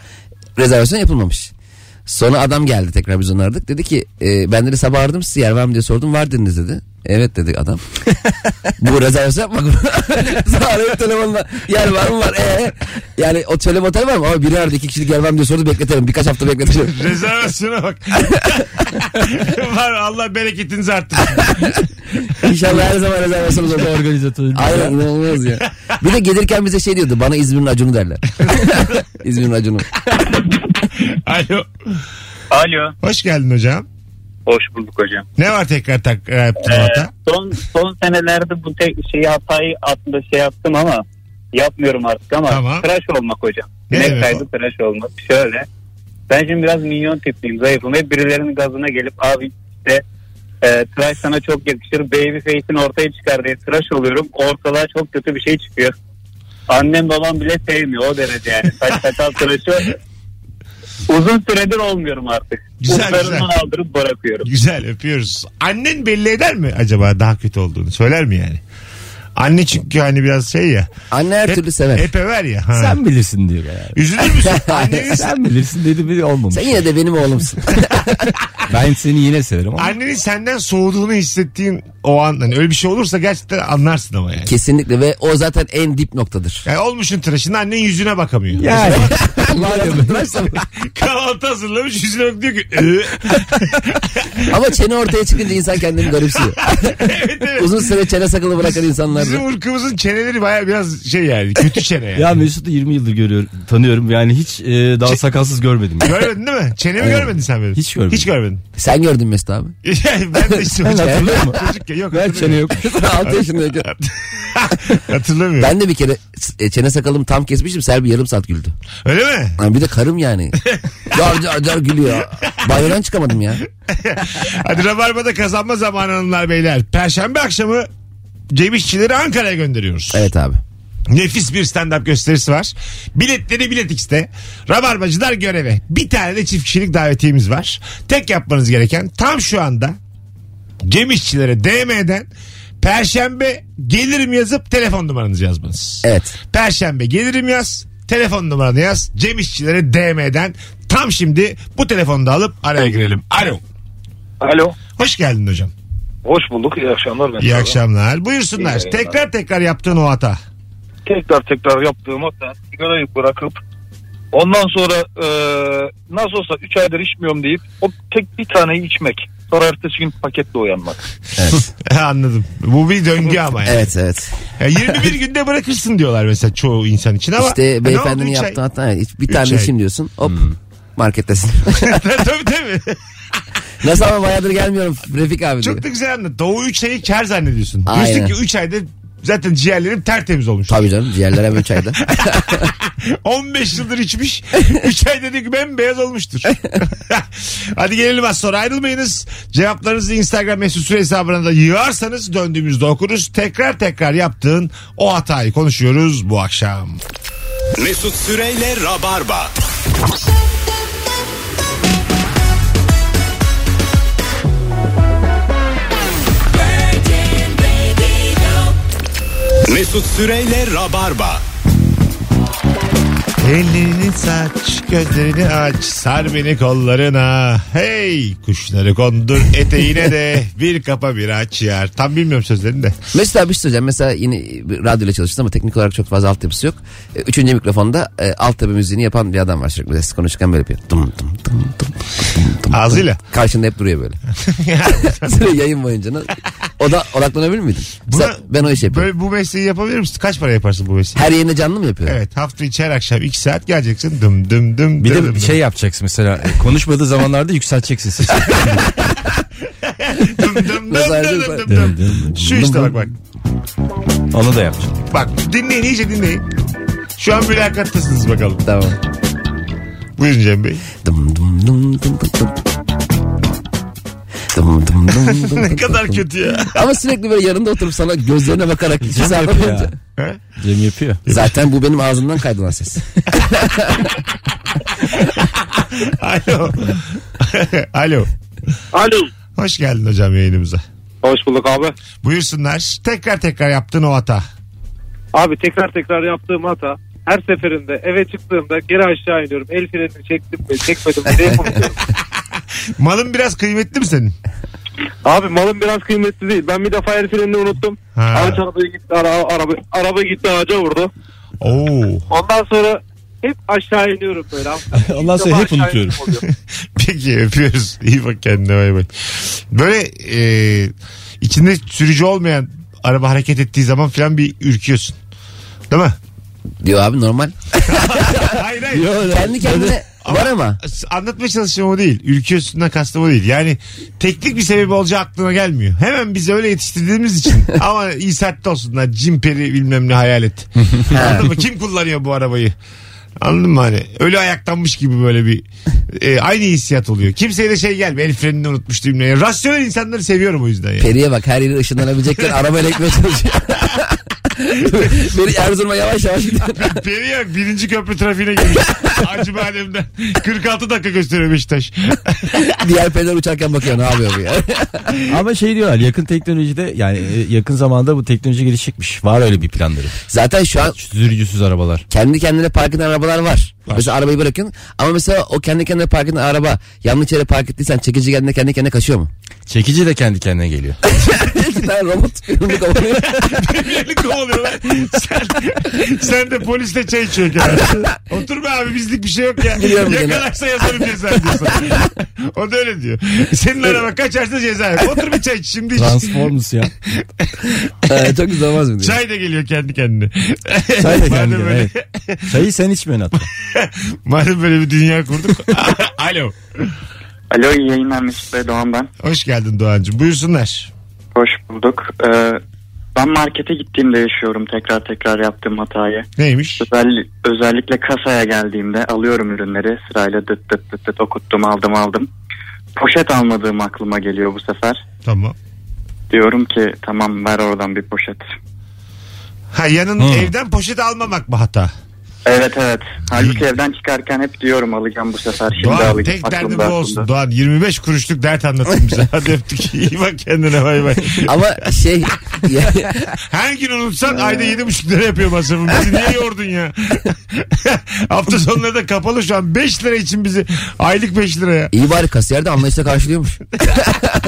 Speaker 3: Rezervasyon yapılmamış. Sonra adam geldi tekrar biz onu aradık. Dedi ki e, ben dedi sabah aradım sizi yer var mı diye sordum. Var dediniz dedi. Evet dedi adam. Bu rezervasyon yapmak mı? Sonra telefonla yer var mı var? Ee, yani otel otel var mı? Ama biri aradı iki kişilik yer var mı diye sordu. Bekletelim birkaç hafta bekletelim.
Speaker 2: Rezervasyona bak. Var Allah bereketinizi arttırsın.
Speaker 3: İnşallah her zaman rezervasyonumuz olur.
Speaker 4: Organizatör.
Speaker 3: Aynen inanılmaz ya. Bir de gelirken bize şey diyordu. Bana İzmir'in acunu derler. İzmir'in acunu.
Speaker 2: Alo.
Speaker 5: Alo.
Speaker 2: Hoş geldin hocam.
Speaker 5: Hoş bulduk hocam.
Speaker 2: Ne var tekrar tak yaptın hata?
Speaker 5: Ee, son son senelerde bu tek şeyi hatayı aslında şey yaptım ama yapmıyorum artık ama
Speaker 2: Tamam.
Speaker 5: tıraş olmak hocam.
Speaker 2: Ne demek
Speaker 5: Ne kaydı tıraş olmak. Şöyle ben şimdi biraz minyon tipliyim zayıfım. Hep birilerinin gazına gelip abi işte e, tıraş sana çok yakışır. Baby face'ini ortaya çıkar diye tıraş oluyorum. Ortalığa çok kötü bir şey çıkıyor. Annem babam bile sevmiyor o derece yani. Saç sakal tıraşı uzun süredir olmuyorum artık.
Speaker 2: Güzel,
Speaker 5: Uçlarından
Speaker 2: güzel.
Speaker 5: aldırıp bırakıyorum.
Speaker 2: Güzel öpüyoruz. Annen belli eder mi acaba daha kötü olduğunu? Söyler mi yani? Anne çünkü hani biraz şey ya.
Speaker 3: Anne her
Speaker 2: Hep-
Speaker 3: türlü sever.
Speaker 2: Hep över ya. Ha.
Speaker 4: Sen bilirsin diyor yani.
Speaker 2: Üzülür müsün? Annenin,
Speaker 4: Sen bilirsin dedi biri olmamış.
Speaker 3: Sen yine de benim oğlumsun.
Speaker 4: Ben seni yine severim ama.
Speaker 2: annenin senden soğuduğunu hissettiğin o an hani öyle bir şey olursa gerçekten anlarsın ama yani.
Speaker 3: Kesinlikle ve o zaten en dip noktadır.
Speaker 2: Yani olmuşun tıraşında annen yüzüne bakamıyor.
Speaker 4: Yani.
Speaker 2: Kahvaltı hazırlamış yüzüne bak diyor ki "Ee."
Speaker 3: Ama çene ortaya çıkınca insan kendini garipsiyor.
Speaker 2: evet evet.
Speaker 3: Uzun süre çene sakalı bırakan insanlar.
Speaker 2: Bizim ırkımızın çeneleri baya biraz şey yani kötü çene yani.
Speaker 4: Ya Mesut'u 20 yıldır görüyorum, tanıyorum. Yani hiç e, daha sakalsız görmedim. ya.
Speaker 2: Görmedin değil mi? Çenemi görmedin sen benim.
Speaker 4: Hiç görmedim.
Speaker 2: Hiç görmedin.
Speaker 3: Sen gördün Mesut abi.
Speaker 2: Yani ben de işte
Speaker 4: Sen hatırlıyor musun?
Speaker 2: çocukken yok
Speaker 4: Ver çene
Speaker 2: hatırlamıyorum.
Speaker 4: yok.
Speaker 3: 6 yaşındayken.
Speaker 2: hatırlamıyorum.
Speaker 3: Ben de bir kere e, çene sakalımı tam kesmiştim. Serbi yarım saat güldü.
Speaker 2: Öyle mi?
Speaker 3: Yani bir de karım yani. Dar dar dar gülüyor. Banyodan çıkamadım ya.
Speaker 2: Hadi Rabarba'da kazanma zamanı hanımlar beyler. Perşembe akşamı Cem İşçileri Ankara'ya gönderiyoruz.
Speaker 3: Evet abi.
Speaker 2: Nefis bir stand-up gösterisi var. Biletleri Bilet X'te. Rabarbacılar göreve. Bir tane de çift kişilik davetiyemiz var. Tek yapmanız gereken tam şu anda Cem İşçilere DM'den Perşembe gelirim yazıp telefon numaranızı yazmanız.
Speaker 3: Evet.
Speaker 2: Perşembe gelirim yaz. Telefon numaranı yaz. Cem İşçilere DM'den tam şimdi bu telefonu da alıp araya girelim. Alo.
Speaker 10: Alo.
Speaker 2: Hoş geldin hocam.
Speaker 10: Hoş bulduk. İyi akşamlar. Ben
Speaker 2: İyi akşamlar. Buyursunlar.
Speaker 10: İyi yayınlar.
Speaker 2: tekrar tekrar yaptığın o hata.
Speaker 10: Tekrar tekrar yaptığım hata sigarayı bırakıp ondan sonra e, nasıl olsa 3 aydır içmiyorum deyip o tek bir taneyi içmek. Sonra ertesi gün paketle uyanmak.
Speaker 2: Anladım. Bu bir döngü ama yani.
Speaker 3: Evet evet.
Speaker 2: Yani 21 günde bırakırsın diyorlar mesela çoğu insan için ama. e,
Speaker 3: işte
Speaker 2: ne oldu
Speaker 3: beyefendinin
Speaker 2: üç ay?
Speaker 3: yaptığı hatta evet, hiç- bir
Speaker 2: Üç
Speaker 3: tane
Speaker 2: ay. Hmm.
Speaker 3: işim diyorsun. Hop markettesin.
Speaker 2: tabii tabii.
Speaker 3: Nasıl ama bayağıdır gelmiyorum Refik abi diyor.
Speaker 2: Çok da güzel anlattı. O 3 ayı kar zannediyorsun.
Speaker 3: Aynen.
Speaker 2: Diyorsun ki 3 ayda zaten ciğerlerim tertemiz olmuş.
Speaker 3: Tabii canım ciğerler hemen çayda.
Speaker 2: 15 yıldır içmiş. 3 ay dedik ben beyaz olmuştur. Hadi gelelim az sonra ayrılmayınız. Cevaplarınızı Instagram mesut süre hesabına da yığarsanız döndüğümüzde okuruz. Tekrar tekrar yaptığın o hatayı konuşuyoruz bu akşam.
Speaker 1: Mesut Süreyle Rabarba. Mesut Süreyle Rabarba.
Speaker 2: Ellerini saç, gözlerini aç, sar beni kollarına. Hey kuşları kondur eteğine de bir kapa bir aç yar. Tam bilmiyorum sözlerini de.
Speaker 3: Mesut abi bir şey söyleyeceğim. Mesela yine bir radyoyla çalıştım ama teknik olarak çok fazla altyapısı yok. E, Üçüncü mikrofonda e, altyapı müziğini yapan bir adam var sürekli. Ses konuşurken böyle yapıyor. Dım dım dım dım dım dım.
Speaker 2: Ağzıyla.
Speaker 3: Karşında hep duruyor böyle. Sürekli yayın boyunca. O da odaklanabilir miydin? Mesela
Speaker 2: Buna-
Speaker 3: ben o işi yapıyorum.
Speaker 2: Böyle bu mesleği yapabilir misin? Kaç para yaparsın bu mesleği?
Speaker 3: Her yayında canlı mı yapıyorum?
Speaker 2: Evet hafta içi her akşam 2 saat geleceksin dım dım dım.
Speaker 4: Bir
Speaker 2: dım dım
Speaker 4: de şey yapacaksın mesela e, konuşmadığı zamanlarda yükselteceksin sesi.
Speaker 2: dım dım dım
Speaker 3: Nazar
Speaker 2: dım
Speaker 3: nazar.
Speaker 2: dım dım dım. Şu işte bak bak.
Speaker 4: Onu da yapacaksın.
Speaker 2: Bak dinleyin iyice dinleyin. Şu an mülakattasınız bakalım.
Speaker 3: Tamam.
Speaker 2: Buyurun Cem Bey.
Speaker 3: Dım dım dım dım dım dım. Dım dım dım dım dım
Speaker 2: Ne
Speaker 3: dım
Speaker 2: kadar
Speaker 3: dım.
Speaker 2: kötü ya.
Speaker 3: Ama sürekli böyle yanında oturup sana gözlerine bakarak iki saat
Speaker 4: yapıyor
Speaker 3: boyunca-
Speaker 4: ya. Cem yapıyor.
Speaker 3: Zaten bu benim ağzımdan kaydolan ses.
Speaker 2: Alo. Alo.
Speaker 6: Alo.
Speaker 2: Hoş geldin hocam yayınımıza.
Speaker 6: Hoş bulduk abi.
Speaker 2: Buyursunlar. Tekrar tekrar yaptığın o hata.
Speaker 6: Abi tekrar tekrar yaptığım hata her seferinde eve çıktığımda geri aşağı iniyorum. El frenini çektim mi çekmedim mi diye konuşuyorum.
Speaker 2: Malın biraz kıymetli mi senin?
Speaker 6: Abi malım biraz kıymetli değil. Ben bir defa el frenini unuttum.
Speaker 2: Ha.
Speaker 6: Araç arabaya gitti, ara, araba, araba gitti ağaca vurdu.
Speaker 2: Oo.
Speaker 6: Ondan sonra hep aşağı iniyorum böyle.
Speaker 4: Ondan sonra hep
Speaker 6: Aşağı
Speaker 4: unutuyorum.
Speaker 6: inip oluyor.
Speaker 2: Peki öpüyoruz. İyi bak kendine bay bay. Böyle e, içinde sürücü olmayan araba hareket ettiği zaman falan bir ürküyorsun. Değil mi?
Speaker 3: Diyor abi normal.
Speaker 2: hayır hayır.
Speaker 3: Kendi kendine var ama.
Speaker 2: Anlatmaya çalıştığım o değil. Ürküyorsun da kastım o değil. Yani teknik bir sebebi olacağı aklına gelmiyor. Hemen biz öyle yetiştirdiğimiz için. Ama iyi sertte olsunlar. Cimperi bilmem ne hayalet. Anladın mı? Kim kullanıyor bu arabayı? Anladın mı hani? Öyle ayaklanmış gibi böyle bir e, aynı hissiyat oluyor. Kimseye de şey gelmiyor. El frenini unutmuş düğmeye. Rasyonel insanları seviyorum o yüzden yani.
Speaker 3: Peri'ye bak her yeri ışınlanabilecekken arabayla ekmeye çalışıyor. Beni Erzurum'a yavaş yavaş gidiyor.
Speaker 2: Peri yok. Birinci köprü trafiğine girmiş. Acı bademden. 46 dakika gösteriyor Beşiktaş.
Speaker 3: Diğer periler uçarken bakıyor ne yapıyor bu ya.
Speaker 4: Ama şey diyorlar yakın teknolojide yani e, yakın zamanda bu teknoloji gelişecekmiş. Var öyle bir planları.
Speaker 3: Zaten şu an
Speaker 4: Sürücüsüz arabalar.
Speaker 3: kendi kendine park eden arabalar var. Mesela arabayı bırakın ama mesela o kendi kendine park eden araba yanlış yere park ettiysen çekici kendine kendi kendine kaçıyor mu?
Speaker 4: Çekici de kendi kendine geliyor.
Speaker 3: İki tane robot önünü kovalıyor.
Speaker 2: Beni kovalıyorlar. Sen, sen de polisle çay içiyor kenarda. Otur be abi bizlik bir şey yok ya.
Speaker 3: Biliyorum gene.
Speaker 2: Yakalarsa yazarım ceza diyorsun. o da öyle diyor. Senin araba kaçarsa ceza yok. Otur bir çay iç. Şimdi iç.
Speaker 4: Transformers ya.
Speaker 3: Ee, Çok güzel olmaz mı diyor.
Speaker 2: Çay da geliyor kendi kendine.
Speaker 4: Çay da
Speaker 2: Madem
Speaker 4: kendi kendine.
Speaker 2: böyle-
Speaker 4: Evet. Çayı sen içmiyorsun hatta.
Speaker 2: Madem böyle bir dünya kurduk. Alo.
Speaker 11: Alo iyi yayınlar Mesut Bey Doğan ben.
Speaker 2: Hoş geldin Doğancığım. Buyursunlar.
Speaker 11: Hoş bulduk. Ee, ben markete gittiğimde yaşıyorum tekrar tekrar yaptığım hatayı.
Speaker 2: Neymiş?
Speaker 11: Özel, özellikle kasaya geldiğimde alıyorum ürünleri sırayla dıt dıt dıt dıt okuttum aldım aldım. Poşet almadığım aklıma geliyor bu sefer.
Speaker 2: Tamam.
Speaker 11: Diyorum ki tamam ver oradan bir poşet.
Speaker 2: Ha yanın evden poşet almamak mı hata?
Speaker 11: Evet evet. Halbuki evden çıkarken hep diyorum alacağım bu sefer. Şimdi
Speaker 2: Doğan
Speaker 11: alacağım.
Speaker 2: tek derdim bu
Speaker 11: Aklımda,
Speaker 2: olsun.
Speaker 11: aklımda.
Speaker 2: Doğan 25 kuruşluk dert anlatın bize. Hadi öptük. İyi bak kendine bay bay.
Speaker 3: Ama şey
Speaker 2: Her gün unutsan
Speaker 4: Ee.
Speaker 2: ayda yedi buçuk lira yapıyor masrafım. Bizi niye yordun ya? Hafta sonları da kapalı şu an. Beş lira için bizi. Aylık beş liraya.
Speaker 3: iyi bari kasiyer de anlayışla karşılıyormuş.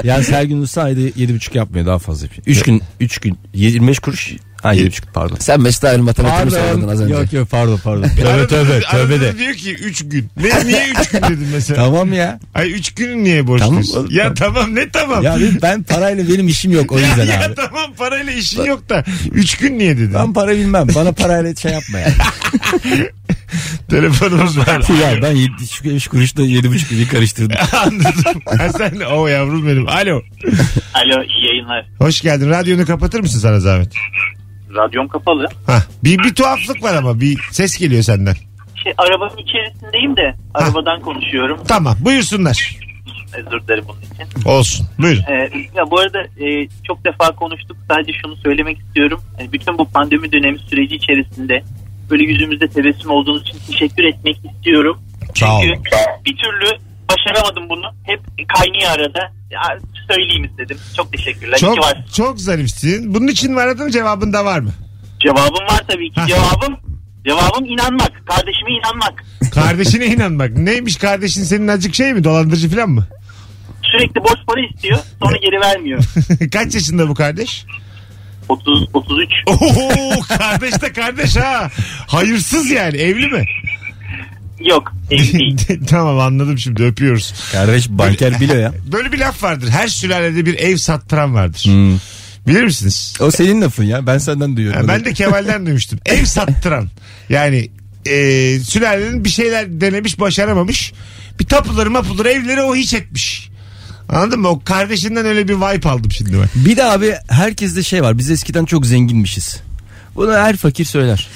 Speaker 4: Yani Sergin Usta ayda 7,5 yapmıyor daha fazla. 3 gün 3 gün 25 kuruş. Ha 7,5 pardon.
Speaker 3: Sen Mesut Ağa'nın matematiğini sormadın az önce.
Speaker 4: Yok yok pardon pardon. tövbe
Speaker 2: Arada-
Speaker 4: tövbe
Speaker 2: arada
Speaker 4: tövbe de.
Speaker 2: diyor ki üç gün. Ne, niye üç gün dedin mesela?
Speaker 4: Tamam ya.
Speaker 2: Ay üç günü niye borçluyuz?
Speaker 4: Tamam.
Speaker 2: ya tamam ne tamam?
Speaker 4: Ya
Speaker 2: Ya,
Speaker 4: ben, ben parayla benim işim yok o yüzden
Speaker 2: ya
Speaker 4: abi.
Speaker 2: tamam parayla işin yok da. Üç gün niye dedin?
Speaker 4: Ben para bilmem. Bana parayla şey yapma yani.
Speaker 2: Telefonumuz var.
Speaker 4: ya ben 7,5 kuruşla 7,5 gibi karıştırdım.
Speaker 2: Anladım. Ha, sen o yavrum benim. Alo.
Speaker 12: Alo iyi yayınlar.
Speaker 2: Hoş geldin. Radyonu kapatır mısın sana zahmet?
Speaker 12: Radyom kapalı.
Speaker 2: Hah. Bir, bir tuhaflık var ama bir ses geliyor senden.
Speaker 12: Şey, arabanın içerisindeyim de arabadan konuşuyorum.
Speaker 2: Tamam buyursunlar.
Speaker 12: Özür dilerim bunun için.
Speaker 2: Olsun. Buyurun.
Speaker 12: Ee, ya bu arada e, çok defa konuştuk. Sadece şunu söylemek istiyorum. Yani bütün bu pandemi dönemi süreci içerisinde böyle yüzümüzde tebessüm olduğunuz için teşekkür etmek istiyorum.
Speaker 2: Sağ
Speaker 12: Çünkü
Speaker 2: olun.
Speaker 12: bir türlü başaramadım bunu. Hep kaynıyor arada. Ya, söyleyeyim istedim. Çok teşekkürler. İyi
Speaker 2: Çok,
Speaker 12: ki var.
Speaker 2: çok zarifsin. Bunun için mi aradın cevabın da var mı?
Speaker 12: Cevabım var tabii ki.
Speaker 2: Hah.
Speaker 12: Cevabım cevabım inanmak. Kardeşime inanmak.
Speaker 2: Kardeşine inanmak. Neymiş kardeşin senin azıcık şey mi? Dolandırıcı falan mı?
Speaker 12: Sürekli borç para istiyor. Sonra geri vermiyor.
Speaker 2: Kaç yaşında bu kardeş?
Speaker 12: 30 33.
Speaker 2: Oo kardeş de kardeş ha. Hayırsız yani. Evli mi?
Speaker 12: Yok, evli değil.
Speaker 2: tamam anladım şimdi öpüyoruz.
Speaker 4: Kardeş banker biliyor ya.
Speaker 2: Böyle bir laf vardır. Her sülalede bir ev sattıran vardır. Bilir misiniz?
Speaker 4: O senin lafın ya. Ben senden duyuyorum.
Speaker 2: Ha, ben de Kemal'den duymuştum. Ev sattıran. Yani e, sülalenin bir şeyler denemiş başaramamış. Bir tapuları mapuları evleri o hiç etmiş. Anladın mı? O kardeşinden öyle bir vibe aldım şimdi ben.
Speaker 4: Bir de abi herkeste şey var. Biz eskiden çok zenginmişiz. Bunu her fakir söyler.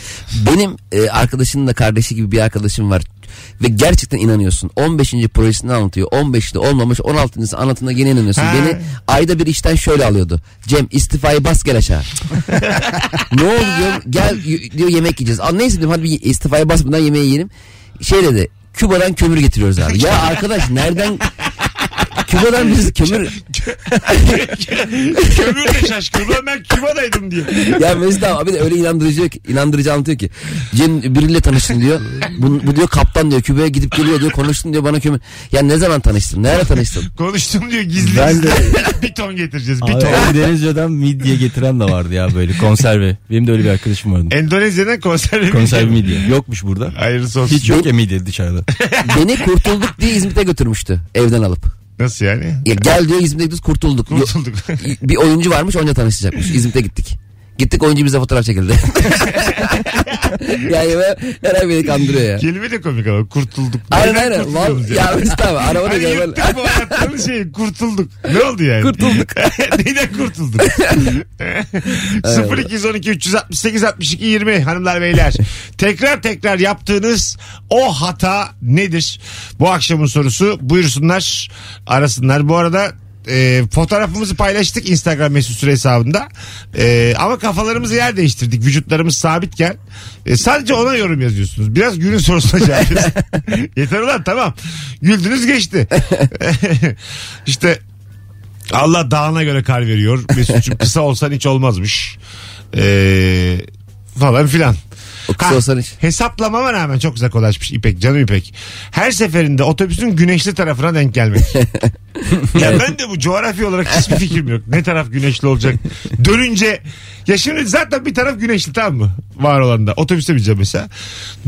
Speaker 3: Benim e, arkadaşının da kardeşi gibi bir arkadaşım var. Ve gerçekten inanıyorsun. 15. projesini anlatıyor. 15'te olmamış 16. anlatına yine inanıyorsun.
Speaker 2: Ha.
Speaker 3: Beni ayda bir işten şöyle alıyordu. Cem istifayı bas gel aşağı. ne oldu diyorum. Gel y- diyor yemek yiyeceğiz. Aa, neyse diyorum hadi bir istifayı bas bundan yemeği yiyelim. Şey dedi. Küba'dan kömür getiriyoruz abi. ya arkadaş nereden... Küba'dan biz kömür...
Speaker 2: Kömürle şaşkın. Ulan ben Küba'daydım diye.
Speaker 3: ya Mesut abi de öyle inandırıcı inandırıcı anlatıyor ki. Cem biriyle tanıştın diyor. Bu, bu diyor kaptan diyor. Küba'ya gidip geliyor diyor. Konuştun diyor bana kömür. Ya ne zaman tanıştın? Nerede tanıştın?
Speaker 2: Konuştum diyor gizli.
Speaker 4: Ben
Speaker 2: gizli. bir ton getireceğiz. Bir ton.
Speaker 4: Abi, Endonezya'dan midye getiren de vardı ya böyle konserve. Benim de öyle bir arkadaşım vardı.
Speaker 2: Endonezya'dan konserve
Speaker 4: konserve midye. Yokmuş burada.
Speaker 2: Hayırlısı olsun.
Speaker 4: Hiç yok ya midye dışarıda.
Speaker 3: Beni kurtulduk diye İzmit'e götürmüştü evden alıp.
Speaker 2: Nasıl yani?
Speaker 3: Ya gel diyor İzmit'e biz kurtulduk. Yo-
Speaker 2: Kurtulduk.
Speaker 3: bir oyuncu varmış onunla tanışacakmış. İzmit'e gittik. Gittik oyuncu bize fotoğraf çekildi. yani ben, herhalde beni kandırıyor ya.
Speaker 2: Kelime de komik ama kurtulduk.
Speaker 3: Aynen
Speaker 2: Neden
Speaker 3: aynen.
Speaker 2: kurtuluyoruz
Speaker 3: Vallahi- Ya Mesut abi arabada
Speaker 2: Hani
Speaker 3: gel.
Speaker 2: yırttık bu hayatların şeyi kurtulduk. Ne oldu yani?
Speaker 3: Kurtulduk.
Speaker 2: Neyden kurtulduk? 0212 368 62 20 hanımlar beyler. Tekrar tekrar yaptığınız o hata nedir? Bu akşamın sorusu buyursunlar arasınlar. Bu arada e, fotoğrafımızı paylaştık Instagram mesut süre hesabında. E, ama kafalarımızı yer değiştirdik. Vücutlarımız sabitken. E, sadece ona yorum yazıyorsunuz. Biraz günün sorusuna cevap yazın. Yeter ulan tamam. Güldünüz geçti. işte Allah dağına göre kar veriyor. Mesut'cum kısa olsan hiç olmazmış. Ee, falan filan.
Speaker 3: O kısa
Speaker 2: Ha,
Speaker 3: olsan hiç.
Speaker 2: Hesaplamama rağmen çok ulaşmış İpek canım İpek. Her seferinde otobüsün güneşli tarafına denk gelmek. ya ben de bu coğrafya olarak hiçbir fikrim yok. Ne taraf güneşli olacak? Dönünce ya şimdi zaten bir taraf güneşli tamam mı? Var olan da. Otobüste bineceğim mesela.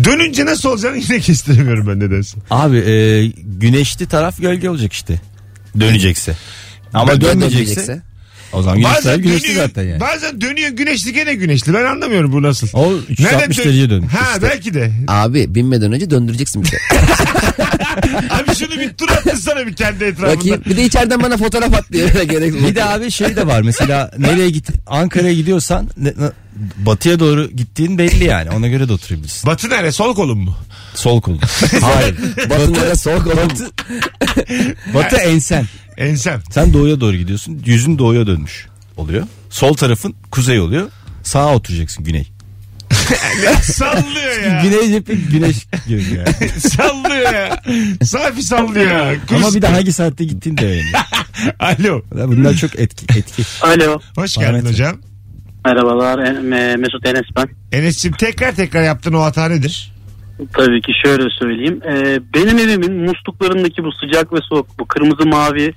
Speaker 2: Dönünce nasıl olacağını yine kestiremiyorum ben nedense.
Speaker 4: Abi e, güneşli taraf gölge olacak işte. Dönecekse. Ama
Speaker 3: Ben
Speaker 4: dönmeyecekse. O zaman güneşli taraf güneşli
Speaker 2: dönüyor,
Speaker 4: zaten yani.
Speaker 2: Bazen dönüyor güneşli gene güneşli. Ben anlamıyorum bu nasıl.
Speaker 4: O 360
Speaker 2: Nereden dön-
Speaker 4: dereceye dönmüş.
Speaker 2: Ha belki de.
Speaker 3: Abi binmeden önce döndüreceksin bir şey.
Speaker 2: Abi şunu bir tur attırsana bir kendi etrafında.
Speaker 3: Bakayım. Bir de içeriden bana fotoğraf at diye. Gerek yok.
Speaker 4: Bir de abi şey de var mesela nereye git Ankara'ya gidiyorsan ne- ne- batıya doğru gittiğin belli yani ona göre de oturabilirsin.
Speaker 2: Batı nere? Sol kolum mu?
Speaker 4: Sol kol. Hayır.
Speaker 3: Batınlara soğuk oğlum.
Speaker 4: Batı ensen.
Speaker 2: Ensem.
Speaker 4: Sen doğuya doğru gidiyorsun. Yüzün doğuya dönmüş oluyor. Sol tarafın kuzey oluyor. Sağa oturacaksın güney.
Speaker 2: Sallıyor ya.
Speaker 4: Güney cephe güneş görünüyor. yani.
Speaker 2: sallıyor ya. Safi sallıyor ya. Kurs-
Speaker 4: Ama bir de hangi saatte gittiğin de önemli.
Speaker 2: Alo.
Speaker 4: Lan Bunlar çok etki. etki.
Speaker 5: Alo.
Speaker 2: Hoş geldin
Speaker 4: Parametre.
Speaker 2: hocam.
Speaker 5: Merhabalar E, Mesut Enes ben.
Speaker 2: Enes'cim tekrar tekrar yaptığın o hata nedir?
Speaker 5: Tabii ki şöyle söyleyeyim. Ee, benim evimin musluklarındaki bu sıcak ve soğuk, bu kırmızı mavi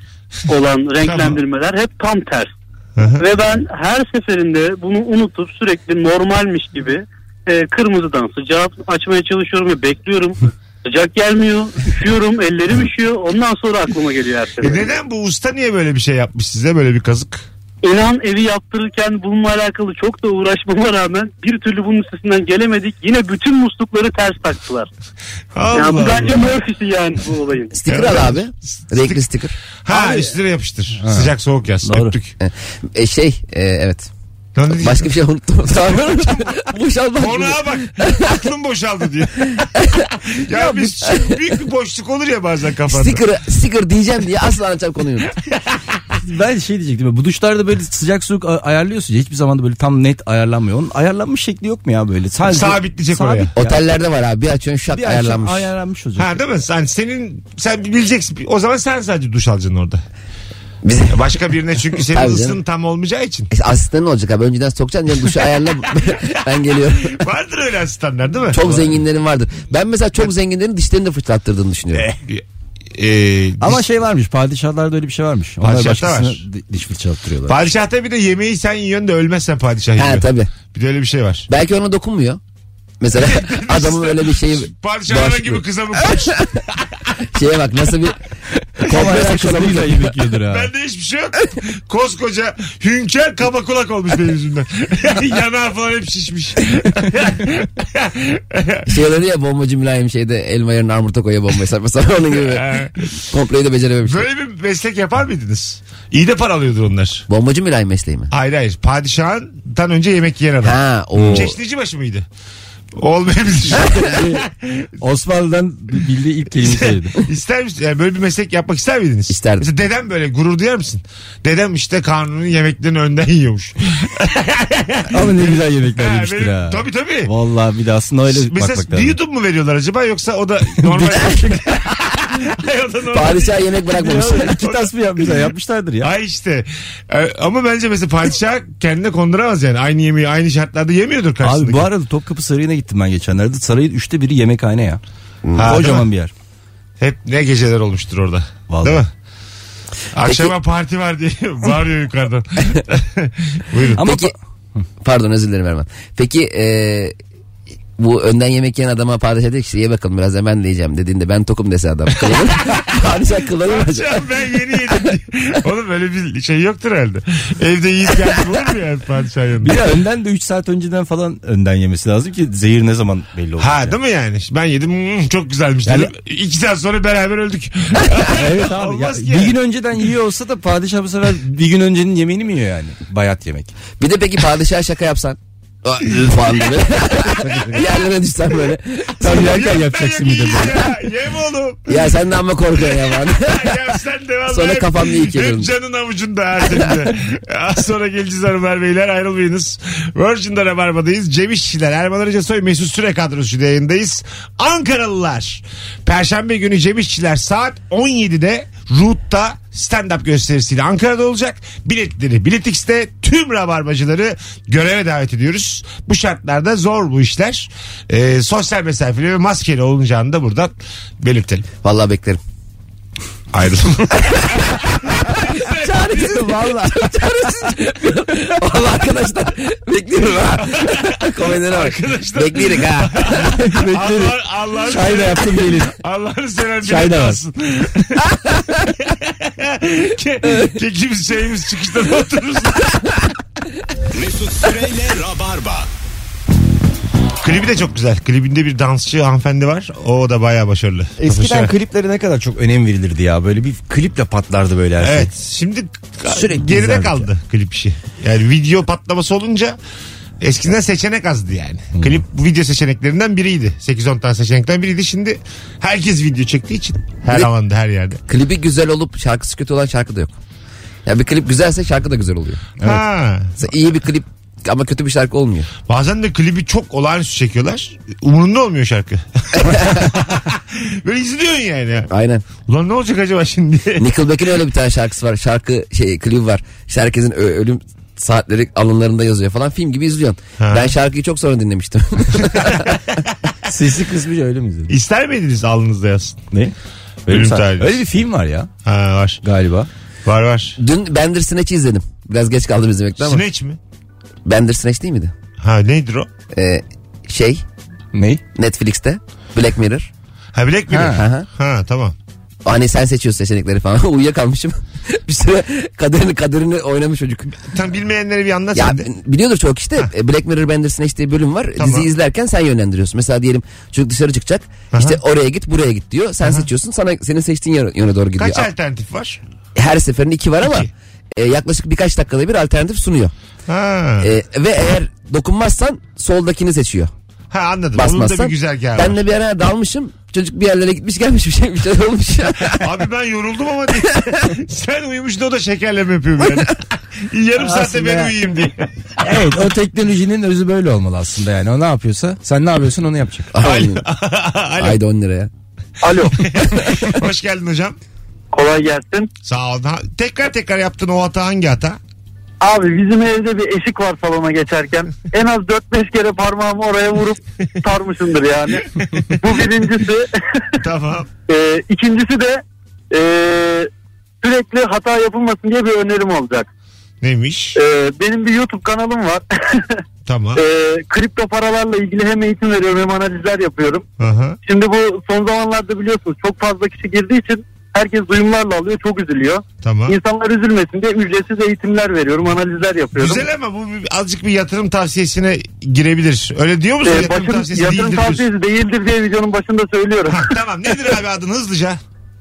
Speaker 5: olan renklendirmeler hep tam ters.
Speaker 2: hı.
Speaker 5: ve ben her seferinde bunu unutup sürekli normalmiş gibi e, kırmızıdan sıcağı açmaya çalışıyorum ve bekliyorum. Sıcak gelmiyor, üşüyorum, ellerim üşüyor. Ondan sonra aklıma geliyor
Speaker 2: E
Speaker 5: her seferinde.
Speaker 2: neden bu usta niye böyle bir şey yapmış size böyle bir kazık?
Speaker 5: İnan evi yaptırırken bununla alakalı çok da uğraşmama rağmen bir türlü bunun üstesinden gelemedik. Yine bütün muslukları ters taktılar.
Speaker 2: Allah
Speaker 5: Yani bu
Speaker 2: Allah.
Speaker 5: bence Murphy'si yani bu olayın.
Speaker 3: Sticker
Speaker 2: Evet.
Speaker 3: al abi. Renkli sticker.
Speaker 2: Ha üstüne yapıştır. Sıcak soğuk yaz.
Speaker 4: Doğru.
Speaker 2: Öptük.
Speaker 3: E, şey e, evet.
Speaker 2: Lan ne diyeceğim?
Speaker 3: Başka bir şey unuttum. Tamam. Boşalmak.
Speaker 2: Konağa bak. Aklım boşaldı diyor. ya, biz büyük bir boşluk olur ya bazen kafanda.
Speaker 3: Sticker, sticker diyeceğim diye asla anlatacağım konuyu. unuttum.
Speaker 4: Ben şey diyecektim. Bu duşlarda böyle sıcak soğuk a- ayarlıyorsun. ya, Hiçbir zaman da böyle tam net ayarlanmıyor. Onun ayarlanmış şekli yok mu ya böyle? Sadece
Speaker 2: Sabitleyecek oraya.
Speaker 4: ya.
Speaker 3: Otellerde var abi. Bir açıyorsun şak
Speaker 4: Bir akşam
Speaker 3: ayarlanmış.
Speaker 4: ayarlanmış olacak.
Speaker 2: Ha değil mi? Sen, senin sen bileceksin. O zaman sen sadece duş alacaksın orada.
Speaker 3: Biz,
Speaker 2: Başka birine çünkü senin
Speaker 3: Tabii
Speaker 2: ısın
Speaker 3: canım.
Speaker 2: tam olmayacağı için.
Speaker 3: E, asistan ne olacak abi? Önceden sokacaksın. canım, Duşu ayarla. ben geliyorum.
Speaker 2: Vardır öyle asistanlar değil mi?
Speaker 3: Çok zenginlerin vardır. Ben mesela çok zenginlerin dişlerini de fırçalattırdığını düşünüyorum.
Speaker 2: Ee, e,
Speaker 4: Ama şey varmış padişahlarda öyle bir şey varmış. Onlar
Speaker 2: Padişahta
Speaker 4: başkasına
Speaker 2: var.
Speaker 4: di- diş fırçalattırıyorlar.
Speaker 2: Padişahta bir de yemeği sen yiyorsun da ölmezsen padişah yiyor.
Speaker 3: Ha tabii.
Speaker 2: Bir de öyle bir şey var.
Speaker 3: Belki ona dokunmuyor. Mesela adamın öyle bir şeyi
Speaker 2: Padişah herhangi
Speaker 3: bağışıklığı.
Speaker 2: gibi kıza mı koş?
Speaker 3: Şeye bak nasıl bir
Speaker 4: Ama herkes bir ayı bekliyordur ha.
Speaker 2: Bende hiçbir şey yok. Koskoca hünkâr kaba kulak olmuş benim yüzümden. Yanağı falan hep şişmiş.
Speaker 3: Şey dedi ya bombacı mülayim şeyde elma yerine armuta koyuyor bombayı sarpa sarpa onun gibi. Kompleyi de becerememiş.
Speaker 2: Böyle bir meslek yapar mıydınız? İyi de para alıyordur onlar.
Speaker 3: Bombacı mülayim mesleği mi?
Speaker 2: Hayır hayır. Padişah'tan önce yemek yiyen adam.
Speaker 3: Ha
Speaker 4: Hmm.
Speaker 3: o.
Speaker 2: Çeşnici başı mıydı? Olmayabilir.
Speaker 4: Osmanlı'dan bildiği ilk kelime söyledi.
Speaker 2: ister misin? Yani böyle bir meslek yapmak ister miydiniz?
Speaker 3: İsterdim.
Speaker 2: Mesela dedem böyle gurur duyar mısın? Dedem işte karnının yemeklerini önden yiyormuş.
Speaker 4: Ama ne güzel yemekler
Speaker 2: Ha,
Speaker 4: yemiştir
Speaker 2: benim-
Speaker 4: ha.
Speaker 2: Tabii tabii.
Speaker 4: Vallahi bir de aslında öyle
Speaker 2: Mesela
Speaker 4: bakmak
Speaker 2: bir
Speaker 4: lazım.
Speaker 2: yudum mu veriyorlar acaba yoksa o da normal. Hayır, o da normal.
Speaker 3: Padişah yemek bırakmamış.
Speaker 4: İki tas mı yapmışlar? Yapmışlardır ya.
Speaker 2: Ay işte. Ee, ama bence mesela padişah kendine konduramaz yani. Aynı yemeği aynı şartlarda yemiyordur karşısındaki.
Speaker 4: Abi bu arada Topkapı Sarayı'na gittim ben geçenlerde. Sarayın üçte biri yemekhane ya.
Speaker 2: Ha, değil
Speaker 4: Kocaman
Speaker 2: mi?
Speaker 4: bir yer.
Speaker 2: Hep ne geceler olmuştur orada.
Speaker 4: Vallahi.
Speaker 2: Değil mi? Akşama parti var diye bağırıyor yukarıdan. Buyurun.
Speaker 4: Ama
Speaker 3: Peki pardon özür dilerim Erman. Peki e, bu önden yemek yiyen adama padişah dedi ki ye bakalım biraz da ben de yiyeceğim dediğinde ben tokum dese adam. Kılanır. padişah kılanır mı? acaba?
Speaker 2: Padişahım ben yeni yedim. Oğlum böyle bir şey yoktur herhalde. Evde yiyip geldim olur mu yani padişah yanında?
Speaker 4: bir de önden de 3 saat önceden falan önden yemesi lazım ki zehir ne zaman belli olur.
Speaker 2: Ha değil mi yani? Ben yedim "Mm, çok güzelmiş
Speaker 4: Yani-
Speaker 2: dedim. İki saat sonra beraber öldük.
Speaker 4: Evet abi. Ya,
Speaker 2: Olmaz ki
Speaker 4: bir
Speaker 2: yani.
Speaker 4: gün önceden yiyor olsa da padişah bu sefer bir gün öncenin yemeğini mi yiyor yani? Bayat yemek.
Speaker 3: Bir de peki padişah şaka yapsan. Aa, falan gibi. Yerlere düşsen böyle.
Speaker 4: Tam
Speaker 2: Ya
Speaker 4: yerken
Speaker 2: ben
Speaker 4: yapacaksın bir de
Speaker 2: yemeyeyim
Speaker 4: böyle.
Speaker 2: ya. Yem oğlum.
Speaker 3: Ya sen de amma korkuyorsun ya falan.
Speaker 2: ya sen de vallahi
Speaker 3: Sonra
Speaker 2: hep-
Speaker 3: kafamda iyi geliyorum.
Speaker 2: Hep canın avucunda ha senin de. Az sonra geleceğiz hanımlar beyler ayrılmayınız. Virgin'de Rabarba'dayız. Cem İşçiler, Erman Arıca Soy, Mesut Süre kadrosu yayındayız. Ankaralılar. Perşembe günü Cem İşçiler saat 17'de Root'ta stand-up gösterisiyle Ankara'da olacak. Biletleri Biletix'te tüm rabarbacıları göreve davet ediyoruz. Bu şartlarda zor bu işler. Ee, sosyal mesafeli ve maskeli olunacağını da buradan belirtelim.
Speaker 3: Vallahi beklerim.
Speaker 2: Ayrılın.
Speaker 3: Çaresiz valla. Çaresiz. valla arkadaşlar bekliyorum ha. Komedilere bak.
Speaker 2: Arkadaşlar.
Speaker 3: Bekliyoruz ha.
Speaker 2: Allah, Allah'ın
Speaker 4: Çay da yaptım gelin.
Speaker 2: Allah'ını seven
Speaker 4: Çay da var.
Speaker 2: Kekimiz şeyimiz çıkışta da otururuz.
Speaker 1: Mesut Süreyle Rabarba.
Speaker 2: Klibi de çok güzel. Klibinde bir dansçı hanımefendi var. O da bayağı başarılı.
Speaker 4: Eskiden
Speaker 2: Profesyonel.
Speaker 4: kliplere ne kadar çok önem verilirdi ya. Böyle bir kliple patlardı böyle her şey.
Speaker 2: Evet şimdi
Speaker 4: Sürekli
Speaker 2: geride
Speaker 4: güzeldi
Speaker 2: kaldı klip işi. Yani video patlaması olunca eskiden seçenek azdı yani.
Speaker 4: Hmm.
Speaker 2: Klip bu video seçeneklerinden biriydi. 8-10 tane seçenekten biriydi. Şimdi herkes video çektiği için her
Speaker 3: Klip-
Speaker 2: alanda her yerde.
Speaker 3: Klibi güzel olup şarkısı kötü olan şarkı da yok. Ya bir klip güzelse şarkı da güzel oluyor.
Speaker 2: Ha.
Speaker 3: Mesela iyi bir klip ama kötü bir şarkı olmuyor.
Speaker 2: Bazen de klibi çok olağanüstü çekiyorlar. Umurunda olmuyor şarkı. Böyle izliyorsun yani.
Speaker 3: Aynen.
Speaker 2: Ulan ne olacak acaba şimdi?
Speaker 3: Nickelback'in öyle bir tane şarkısı var. Şarkı şey klibi var. İşte herkesin ö- ölüm saatleri alınlarında yazıyor falan. Film gibi izliyorsun.
Speaker 2: Ha.
Speaker 3: Ben şarkıyı çok sonra dinlemiştim.
Speaker 4: Sesli kısmı öyle mi izledin?
Speaker 2: İster miydiniz alnınızda yazsın?
Speaker 4: Ne?
Speaker 2: Ölüm
Speaker 4: Ölüm
Speaker 2: tarihi.
Speaker 4: tarihi. Öyle bir film var ya
Speaker 2: Ha var.
Speaker 4: galiba.
Speaker 2: Var var.
Speaker 3: Dün Bender Snatch'i izledim. Biraz geç kaldım izlemekte ama.
Speaker 2: Sineç mi?
Speaker 3: Bender Snatch değil miydi?
Speaker 2: Ha nedir o?
Speaker 3: Ee, şey
Speaker 4: Ney?
Speaker 3: Netflix'te Black Mirror.
Speaker 2: Ha bilek mi?
Speaker 3: Ha,
Speaker 2: Ha.
Speaker 3: ha.
Speaker 2: tamam.
Speaker 3: Hani sen seçiyorsun seçenekleri falan. Uyuyakalmışım. bir süre kaderini kaderini oynamış çocuk.
Speaker 2: Tam bilmeyenleri bir anlat
Speaker 3: Ya
Speaker 2: sen de.
Speaker 3: biliyordur çok işte. E, Black Mirror Bender Snatch diye bir bölüm var.
Speaker 2: Tamam.
Speaker 3: Dizi izlerken sen yönlendiriyorsun. Mesela diyelim çocuk dışarı çıkacak. İşte oraya git buraya git diyor. Sen seçiyorsun. Sana senin seçtiğin yöne, yöne doğru gidiyor.
Speaker 2: Kaç alternatif var?
Speaker 3: Her seferinde iki var ama
Speaker 2: İki.
Speaker 3: e, yaklaşık birkaç dakikada bir alternatif sunuyor.
Speaker 2: Ha.
Speaker 3: E, ve eğer dokunmazsan soldakini seçiyor.
Speaker 2: ha anladım. Onun da bir
Speaker 3: Basmazsan.
Speaker 2: güzel geldi.
Speaker 3: ben de bir ara dalmışım. Çocuk bir yerlere gitmiş gelmiş bir şey, bir şey olmuş.
Speaker 2: Abi ben yoruldum ama diye. sen uyumuşsun o da şekerleme yapıyorum yani. Yarım saatte
Speaker 4: Aslında
Speaker 2: ben
Speaker 4: ya.
Speaker 2: uyuyayım diye.
Speaker 4: Evet o teknolojinin özü böyle olmalı aslında yani. O ne yapıyorsa sen ne yapıyorsun onu yapacak.
Speaker 2: Alo.
Speaker 3: Ayda 10 liraya.
Speaker 6: Alo.
Speaker 2: Hoş geldin hocam.
Speaker 6: Kolay gelsin.
Speaker 2: Sağ ol. Ha, tekrar tekrar yaptın o hata hangi hata?
Speaker 6: Abi bizim evde bir eşik var salona geçerken. En az 4-5 kere parmağımı oraya vurup tarmışımdır yani. Bu birincisi.
Speaker 2: Tamam.
Speaker 6: Ee, ikincisi de e, sürekli hata yapılmasın diye bir önerim olacak.
Speaker 2: Neymiş?
Speaker 6: Ee, benim bir YouTube kanalım var.
Speaker 2: Tamam.
Speaker 6: Ee, kripto paralarla ilgili hem eğitim veriyorum hem analizler yapıyorum.
Speaker 2: Aha.
Speaker 6: Şimdi bu son zamanlarda biliyorsunuz çok fazla kişi girdiği için Herkes duyumlarla alıyor çok üzülüyor.
Speaker 2: Tamam.
Speaker 6: İnsanlar üzülmesin diye ücretsiz eğitimler veriyorum analizler yapıyorum.
Speaker 2: Güzel ama bu bir- azıcık bir yatırım tavsiyesine girebilir. Öyle diyor musun?
Speaker 6: Ee,
Speaker 2: yatırım
Speaker 6: başın,
Speaker 2: Şey tavsiyesi
Speaker 6: yatırım
Speaker 2: değildir diyorsun.
Speaker 6: tavsiyesi değildir diye videonun başında söylüyorum.
Speaker 2: Ha, tamam nedir abi adın hızlıca?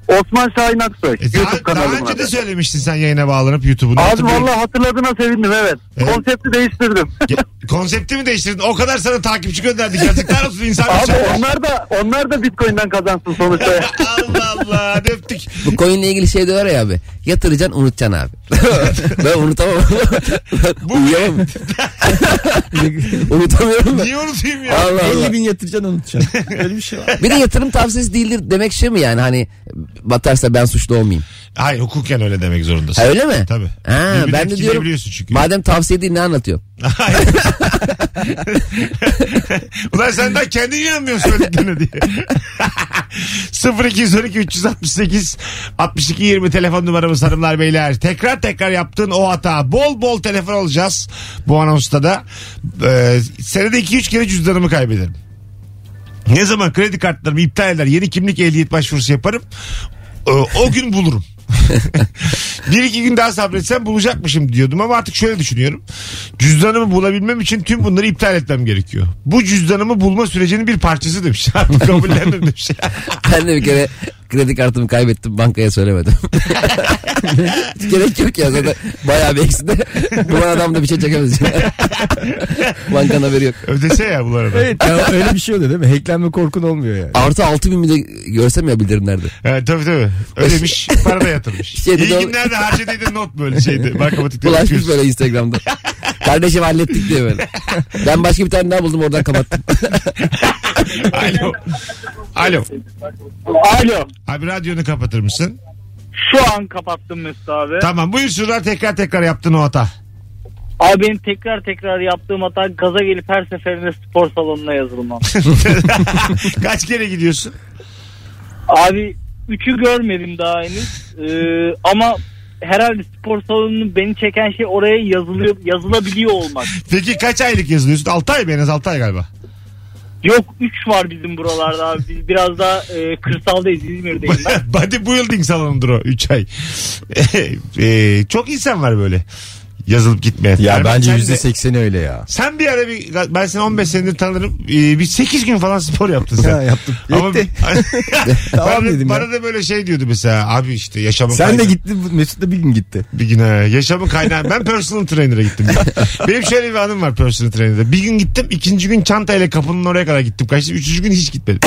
Speaker 6: Osman Şahin Aksoy.
Speaker 2: E,
Speaker 6: YouTube
Speaker 2: daha, daha
Speaker 6: kanalım
Speaker 2: önce
Speaker 6: abi.
Speaker 2: de söylemiştin sen yayına bağlanıp YouTube'unu.
Speaker 6: Abi
Speaker 2: Hatırlıyorum.
Speaker 6: valla hatırladığına sevindim evet.
Speaker 2: Evet.
Speaker 6: Konsepti değiştirdim.
Speaker 2: Ge- Konsepti mi değiştirdin? O kadar sana takipçi gönderdik. Yazıklar olsun insan.
Speaker 6: Abi
Speaker 2: yaşar.
Speaker 6: onlar da onlar da Bitcoin'den kazansın sonuçta. ya.
Speaker 2: Allah Allah hadi öptük.
Speaker 3: Bu coinle ilgili şey diyorlar ya abi. Yatıracaksın unutacaksın abi. ben unutamam. Bu Uyuyamam. Unutamıyorum ben.
Speaker 2: Niye unutayım ya?
Speaker 3: Allah Allah.
Speaker 4: 50 bin yatıracaksın unutacaksın. Öyle bir şey var.
Speaker 3: Bir de yatırım tavsiyesi değildir demek şey mi yani hani batarsa ben suçlu olmayayım.
Speaker 2: Hayır hukuken öyle demek zorundasın.
Speaker 3: Ha, öyle mi?
Speaker 2: Tabii.
Speaker 3: Ha,
Speaker 2: Birbirini
Speaker 3: ben de diyorum
Speaker 2: etkileyebiliyorsun çünkü.
Speaker 3: madem tavsiye değil ne anlatıyor?
Speaker 2: Hayır. Ulan sen daha kendin inanmıyorsun söylediklerine diye. 0212 368 62 20 telefon numaramız hanımlar beyler. Tekrar tekrar yaptığın o hata. Bol bol telefon alacağız bu anonsta da. Ee, senede 2-3 kere cüzdanımı kaybederim. Ne zaman kredi kartlarımı iptal eder yeni kimlik ehliyet başvurusu yaparım. Ee, o gün bulurum. bir iki gün daha sabretsem bulacakmışım diyordum ama artık şöyle düşünüyorum. Cüzdanımı bulabilmem için tüm bunları iptal etmem gerekiyor. Bu cüzdanımı bulma sürecinin bir parçası demiş. Artık kabullendim demiş.
Speaker 3: Ben de bir kere kredi kartımı kaybettim bankaya söylemedim. Hiç Gerek yok ya zaten bayağı bir eksi de bulan adam da bir şey çekemez. Bankanın haberi yok.
Speaker 2: Ödese ya bu arada.
Speaker 4: Evet ya öyle bir şey oluyor değil mi? Hacklenme korkun olmuyor yani.
Speaker 3: Artı altı bin bir de görsem ya bildirimlerde.
Speaker 2: Evet, tabii tabii. Ödemiş. Para da yatırmış.
Speaker 3: Şey dedi
Speaker 2: İyi
Speaker 3: o-
Speaker 2: günlerde harcadıydın not böyle şeydi. Bankamatikte
Speaker 3: Bulaşmış
Speaker 2: bakıyoruz.
Speaker 3: böyle Instagram'da. Kardeşim hallettik diye böyle. Ben başka bir tane daha buldum oradan kapattım.
Speaker 2: Alo. Alo.
Speaker 5: Alo.
Speaker 2: Abi radyonu kapatır mısın?
Speaker 5: Şu an kapattım Mesut abi.
Speaker 2: Tamam buyursunlar tekrar tekrar yaptın o hata.
Speaker 5: Abi benim tekrar tekrar yaptığım hata gaza gelip her seferinde spor salonuna yazılmam.
Speaker 2: Kaç kere gidiyorsun?
Speaker 5: Abi üçü görmedim daha henüz. Ee, ama herhalde spor salonunun beni çeken şey oraya yazılıyor, yazılabiliyor olmak.
Speaker 2: Peki kaç aylık yazılıyorsun? 6 ay mı? En az 6 ay galiba.
Speaker 5: Yok 3 var bizim buralarda abi. Biz biraz daha e, kırsaldayız İzmir'deyim ben.
Speaker 2: Bodybuilding salonudur o 3 ay. Ee, çok insan var böyle. Yazılıp gitmeyen.
Speaker 4: Ya
Speaker 2: Erman,
Speaker 4: bence
Speaker 2: sen de-
Speaker 4: yüzde sekseni öyle ya.
Speaker 2: Sen bir ara bir ben seni 15 senedir tanırım. Ee, bir 8 gün falan spor yaptın sen.
Speaker 4: Ha, yaptım.
Speaker 2: Ama
Speaker 4: Yetti.
Speaker 2: bana,
Speaker 4: Tamam dedim ya.
Speaker 2: bana da böyle şey diyordu mesela abi işte yaşamın
Speaker 4: Sen de
Speaker 2: kaynağı-
Speaker 4: gittin bu- Mesut da bir gün gitti.
Speaker 2: bir gün ha, yaşamın kaynağı ben personal trainer'a gittim. bir gün. Benim şöyle bir anım var personal trainer'da. Bir gün gittim ikinci gün çantayla kapının oraya kadar gittim kaçtım. Üçüncü gün hiç gitmedim.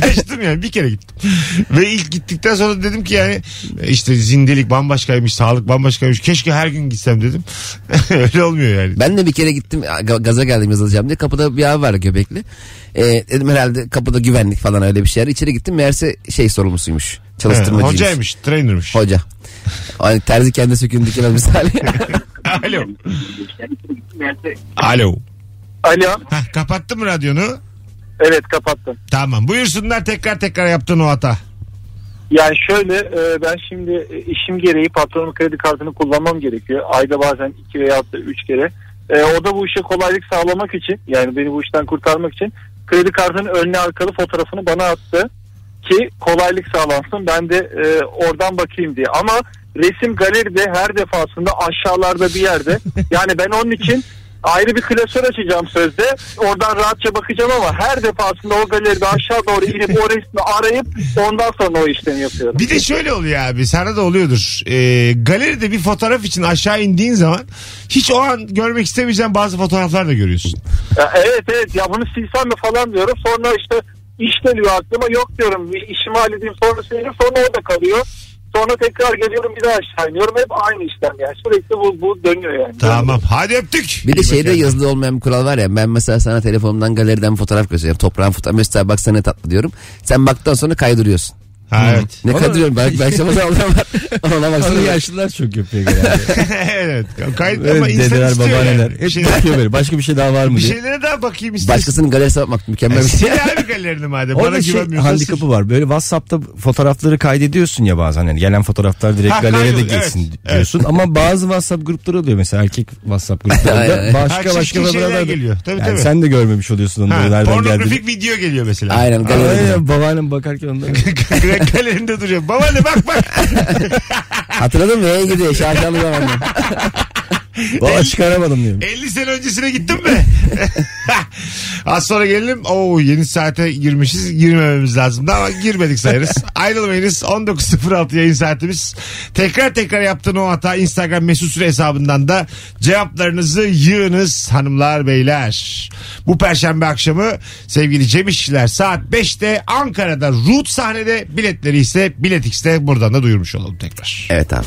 Speaker 2: kaçtım yani bir kere gittim. Ve ilk gittikten sonra dedim ki yani işte zindelik bambaşkaymış sağlık bambaşkaymış keşke her gün gitsem dedim. Öyle olmuyor yani.
Speaker 3: Ben de bir kere gittim ga- gaza geldim yazılacağım diye. Kapıda bir abi vardı göbekli. Ee, dedim herhalde kapıda güvenlik falan öyle bir şeyler. İçeri gittim meğerse şey sorumlusuymuş.
Speaker 2: Ha,
Speaker 3: Çalıştırmacıymış.
Speaker 2: hocaymış trainer'mış.
Speaker 3: Hoca. Hani terzi kendi söküğünü dikemez misali.
Speaker 2: Alo. Alo.
Speaker 6: Alo.
Speaker 2: Hah, kapattın mı radyonu?
Speaker 6: Evet kapattım.
Speaker 2: Tamam buyursunlar tekrar tekrar yaptığın o hata.
Speaker 6: Yani şöyle e, ben şimdi e, işim gereği patronun kredi kartını kullanmam gerekiyor. Ayda bazen iki veya da üç kere. E, o da bu işe kolaylık sağlamak için yani beni bu işten kurtarmak için kredi kartının önlü arkalı fotoğrafını bana attı. Ki kolaylık sağlansın ben de e, oradan bakayım diye. Ama resim galeride her defasında aşağılarda bir yerde. Yani ben onun için ayrı bir klasör açacağım sözde. Oradan rahatça bakacağım ama her defasında o galeride aşağı doğru inip o resmi arayıp ondan sonra o işlemi yapıyorum.
Speaker 2: Bir de şöyle oluyor abi sana da oluyordur. Ee, galeride bir fotoğraf için aşağı indiğin zaman hiç o an görmek istemeyeceğin bazı fotoğraflar da görüyorsun.
Speaker 6: Ya evet evet ya bunu silsem mi falan diyorum. Sonra işte iş geliyor aklıma yok diyorum. Bir işimi halledeyim sonra söyleyeyim sonra orada kalıyor. Sonra tekrar geliyorum bir daha aşağı iniyorum. Hep aynı işlem yani. Sürekli bu, bu dönüyor yani.
Speaker 2: Tamam hadi öptük.
Speaker 3: bir de
Speaker 2: İyi
Speaker 3: şeyde
Speaker 2: bakın.
Speaker 3: yazılı olmayan bir kural var ya. Ben mesela sana telefonumdan galeriden fotoğraf gösteriyorum. Toprağın fotoğrafı. Mesut abi baksana ne tatlı diyorum. Sen baktıktan sonra kaydırıyorsun.
Speaker 2: Ha, evet.
Speaker 3: Ne kaydırıyorum? Belki belki sana alacağım. Ona
Speaker 4: Onu
Speaker 3: baksana.
Speaker 4: yaşlılar çok yapıyor genelde.
Speaker 2: evet. Kayıt
Speaker 4: Evet,
Speaker 2: ama insan
Speaker 4: dedeler
Speaker 2: istiyor
Speaker 4: babaanneler.
Speaker 2: yani. Bir,
Speaker 4: Hep
Speaker 2: şey-
Speaker 4: bakıyor böyle. Başka bir şey daha var mı
Speaker 2: bir
Speaker 4: diye.
Speaker 2: şeylere daha bakayım istiyorsun.
Speaker 3: Başkasının galerisine bakmak mükemmel bir şey.
Speaker 2: Sil abi galerini madem. Bana
Speaker 4: Orada şey
Speaker 2: güvenmiyorsan. sil.
Speaker 4: handikapı var. Böyle WhatsApp'ta fotoğrafları kaydediyorsun ya bazen. Yani gelen fotoğraflar direkt
Speaker 2: Ha,
Speaker 4: galeriye de
Speaker 2: kaydoluyor,
Speaker 4: geçsin
Speaker 2: evet,
Speaker 4: diyorsun. Ama bazı WhatsApp grupları oluyor mesela erkek WhatsApp
Speaker 3: Aynen.
Speaker 4: gruplarında.
Speaker 2: Ha,
Speaker 4: başka
Speaker 2: çirkin
Speaker 4: başka
Speaker 2: şeyler
Speaker 4: fotoğraflar da-
Speaker 2: geliyor. Tabii,
Speaker 4: yani
Speaker 2: tabii.
Speaker 4: Sen de görmemiş oluyorsun onları
Speaker 2: Ha,
Speaker 4: nereden geldiğini.
Speaker 2: pornografik video geliyor mesela.
Speaker 3: Aynen galeride.
Speaker 4: Aynen babaannem bakarken onlara.
Speaker 2: Greg Galerinde duruyor. Babaanne bak bak.
Speaker 3: Hatırladın mı? Ey gidi şaşalı zamanla.
Speaker 4: Valla çıkaramadım diyorum.
Speaker 2: 50 sene öncesine gittin mi? Az sonra gelelim. Oo yeni saate girmişiz. Girmememiz lazımdı ama girmedik sayarız. Ayrılmayınız. 19.06 yayın saatimiz. Tekrar tekrar yaptığın o hata Instagram mesut süre hesabından da cevaplarınızı yığınız hanımlar beyler. Bu perşembe akşamı sevgili Cem İşçiler saat 5'te Ankara'da Root sahnede biletleri ise Bilet X'te buradan da duyurmuş olalım tekrar.
Speaker 3: Evet abi.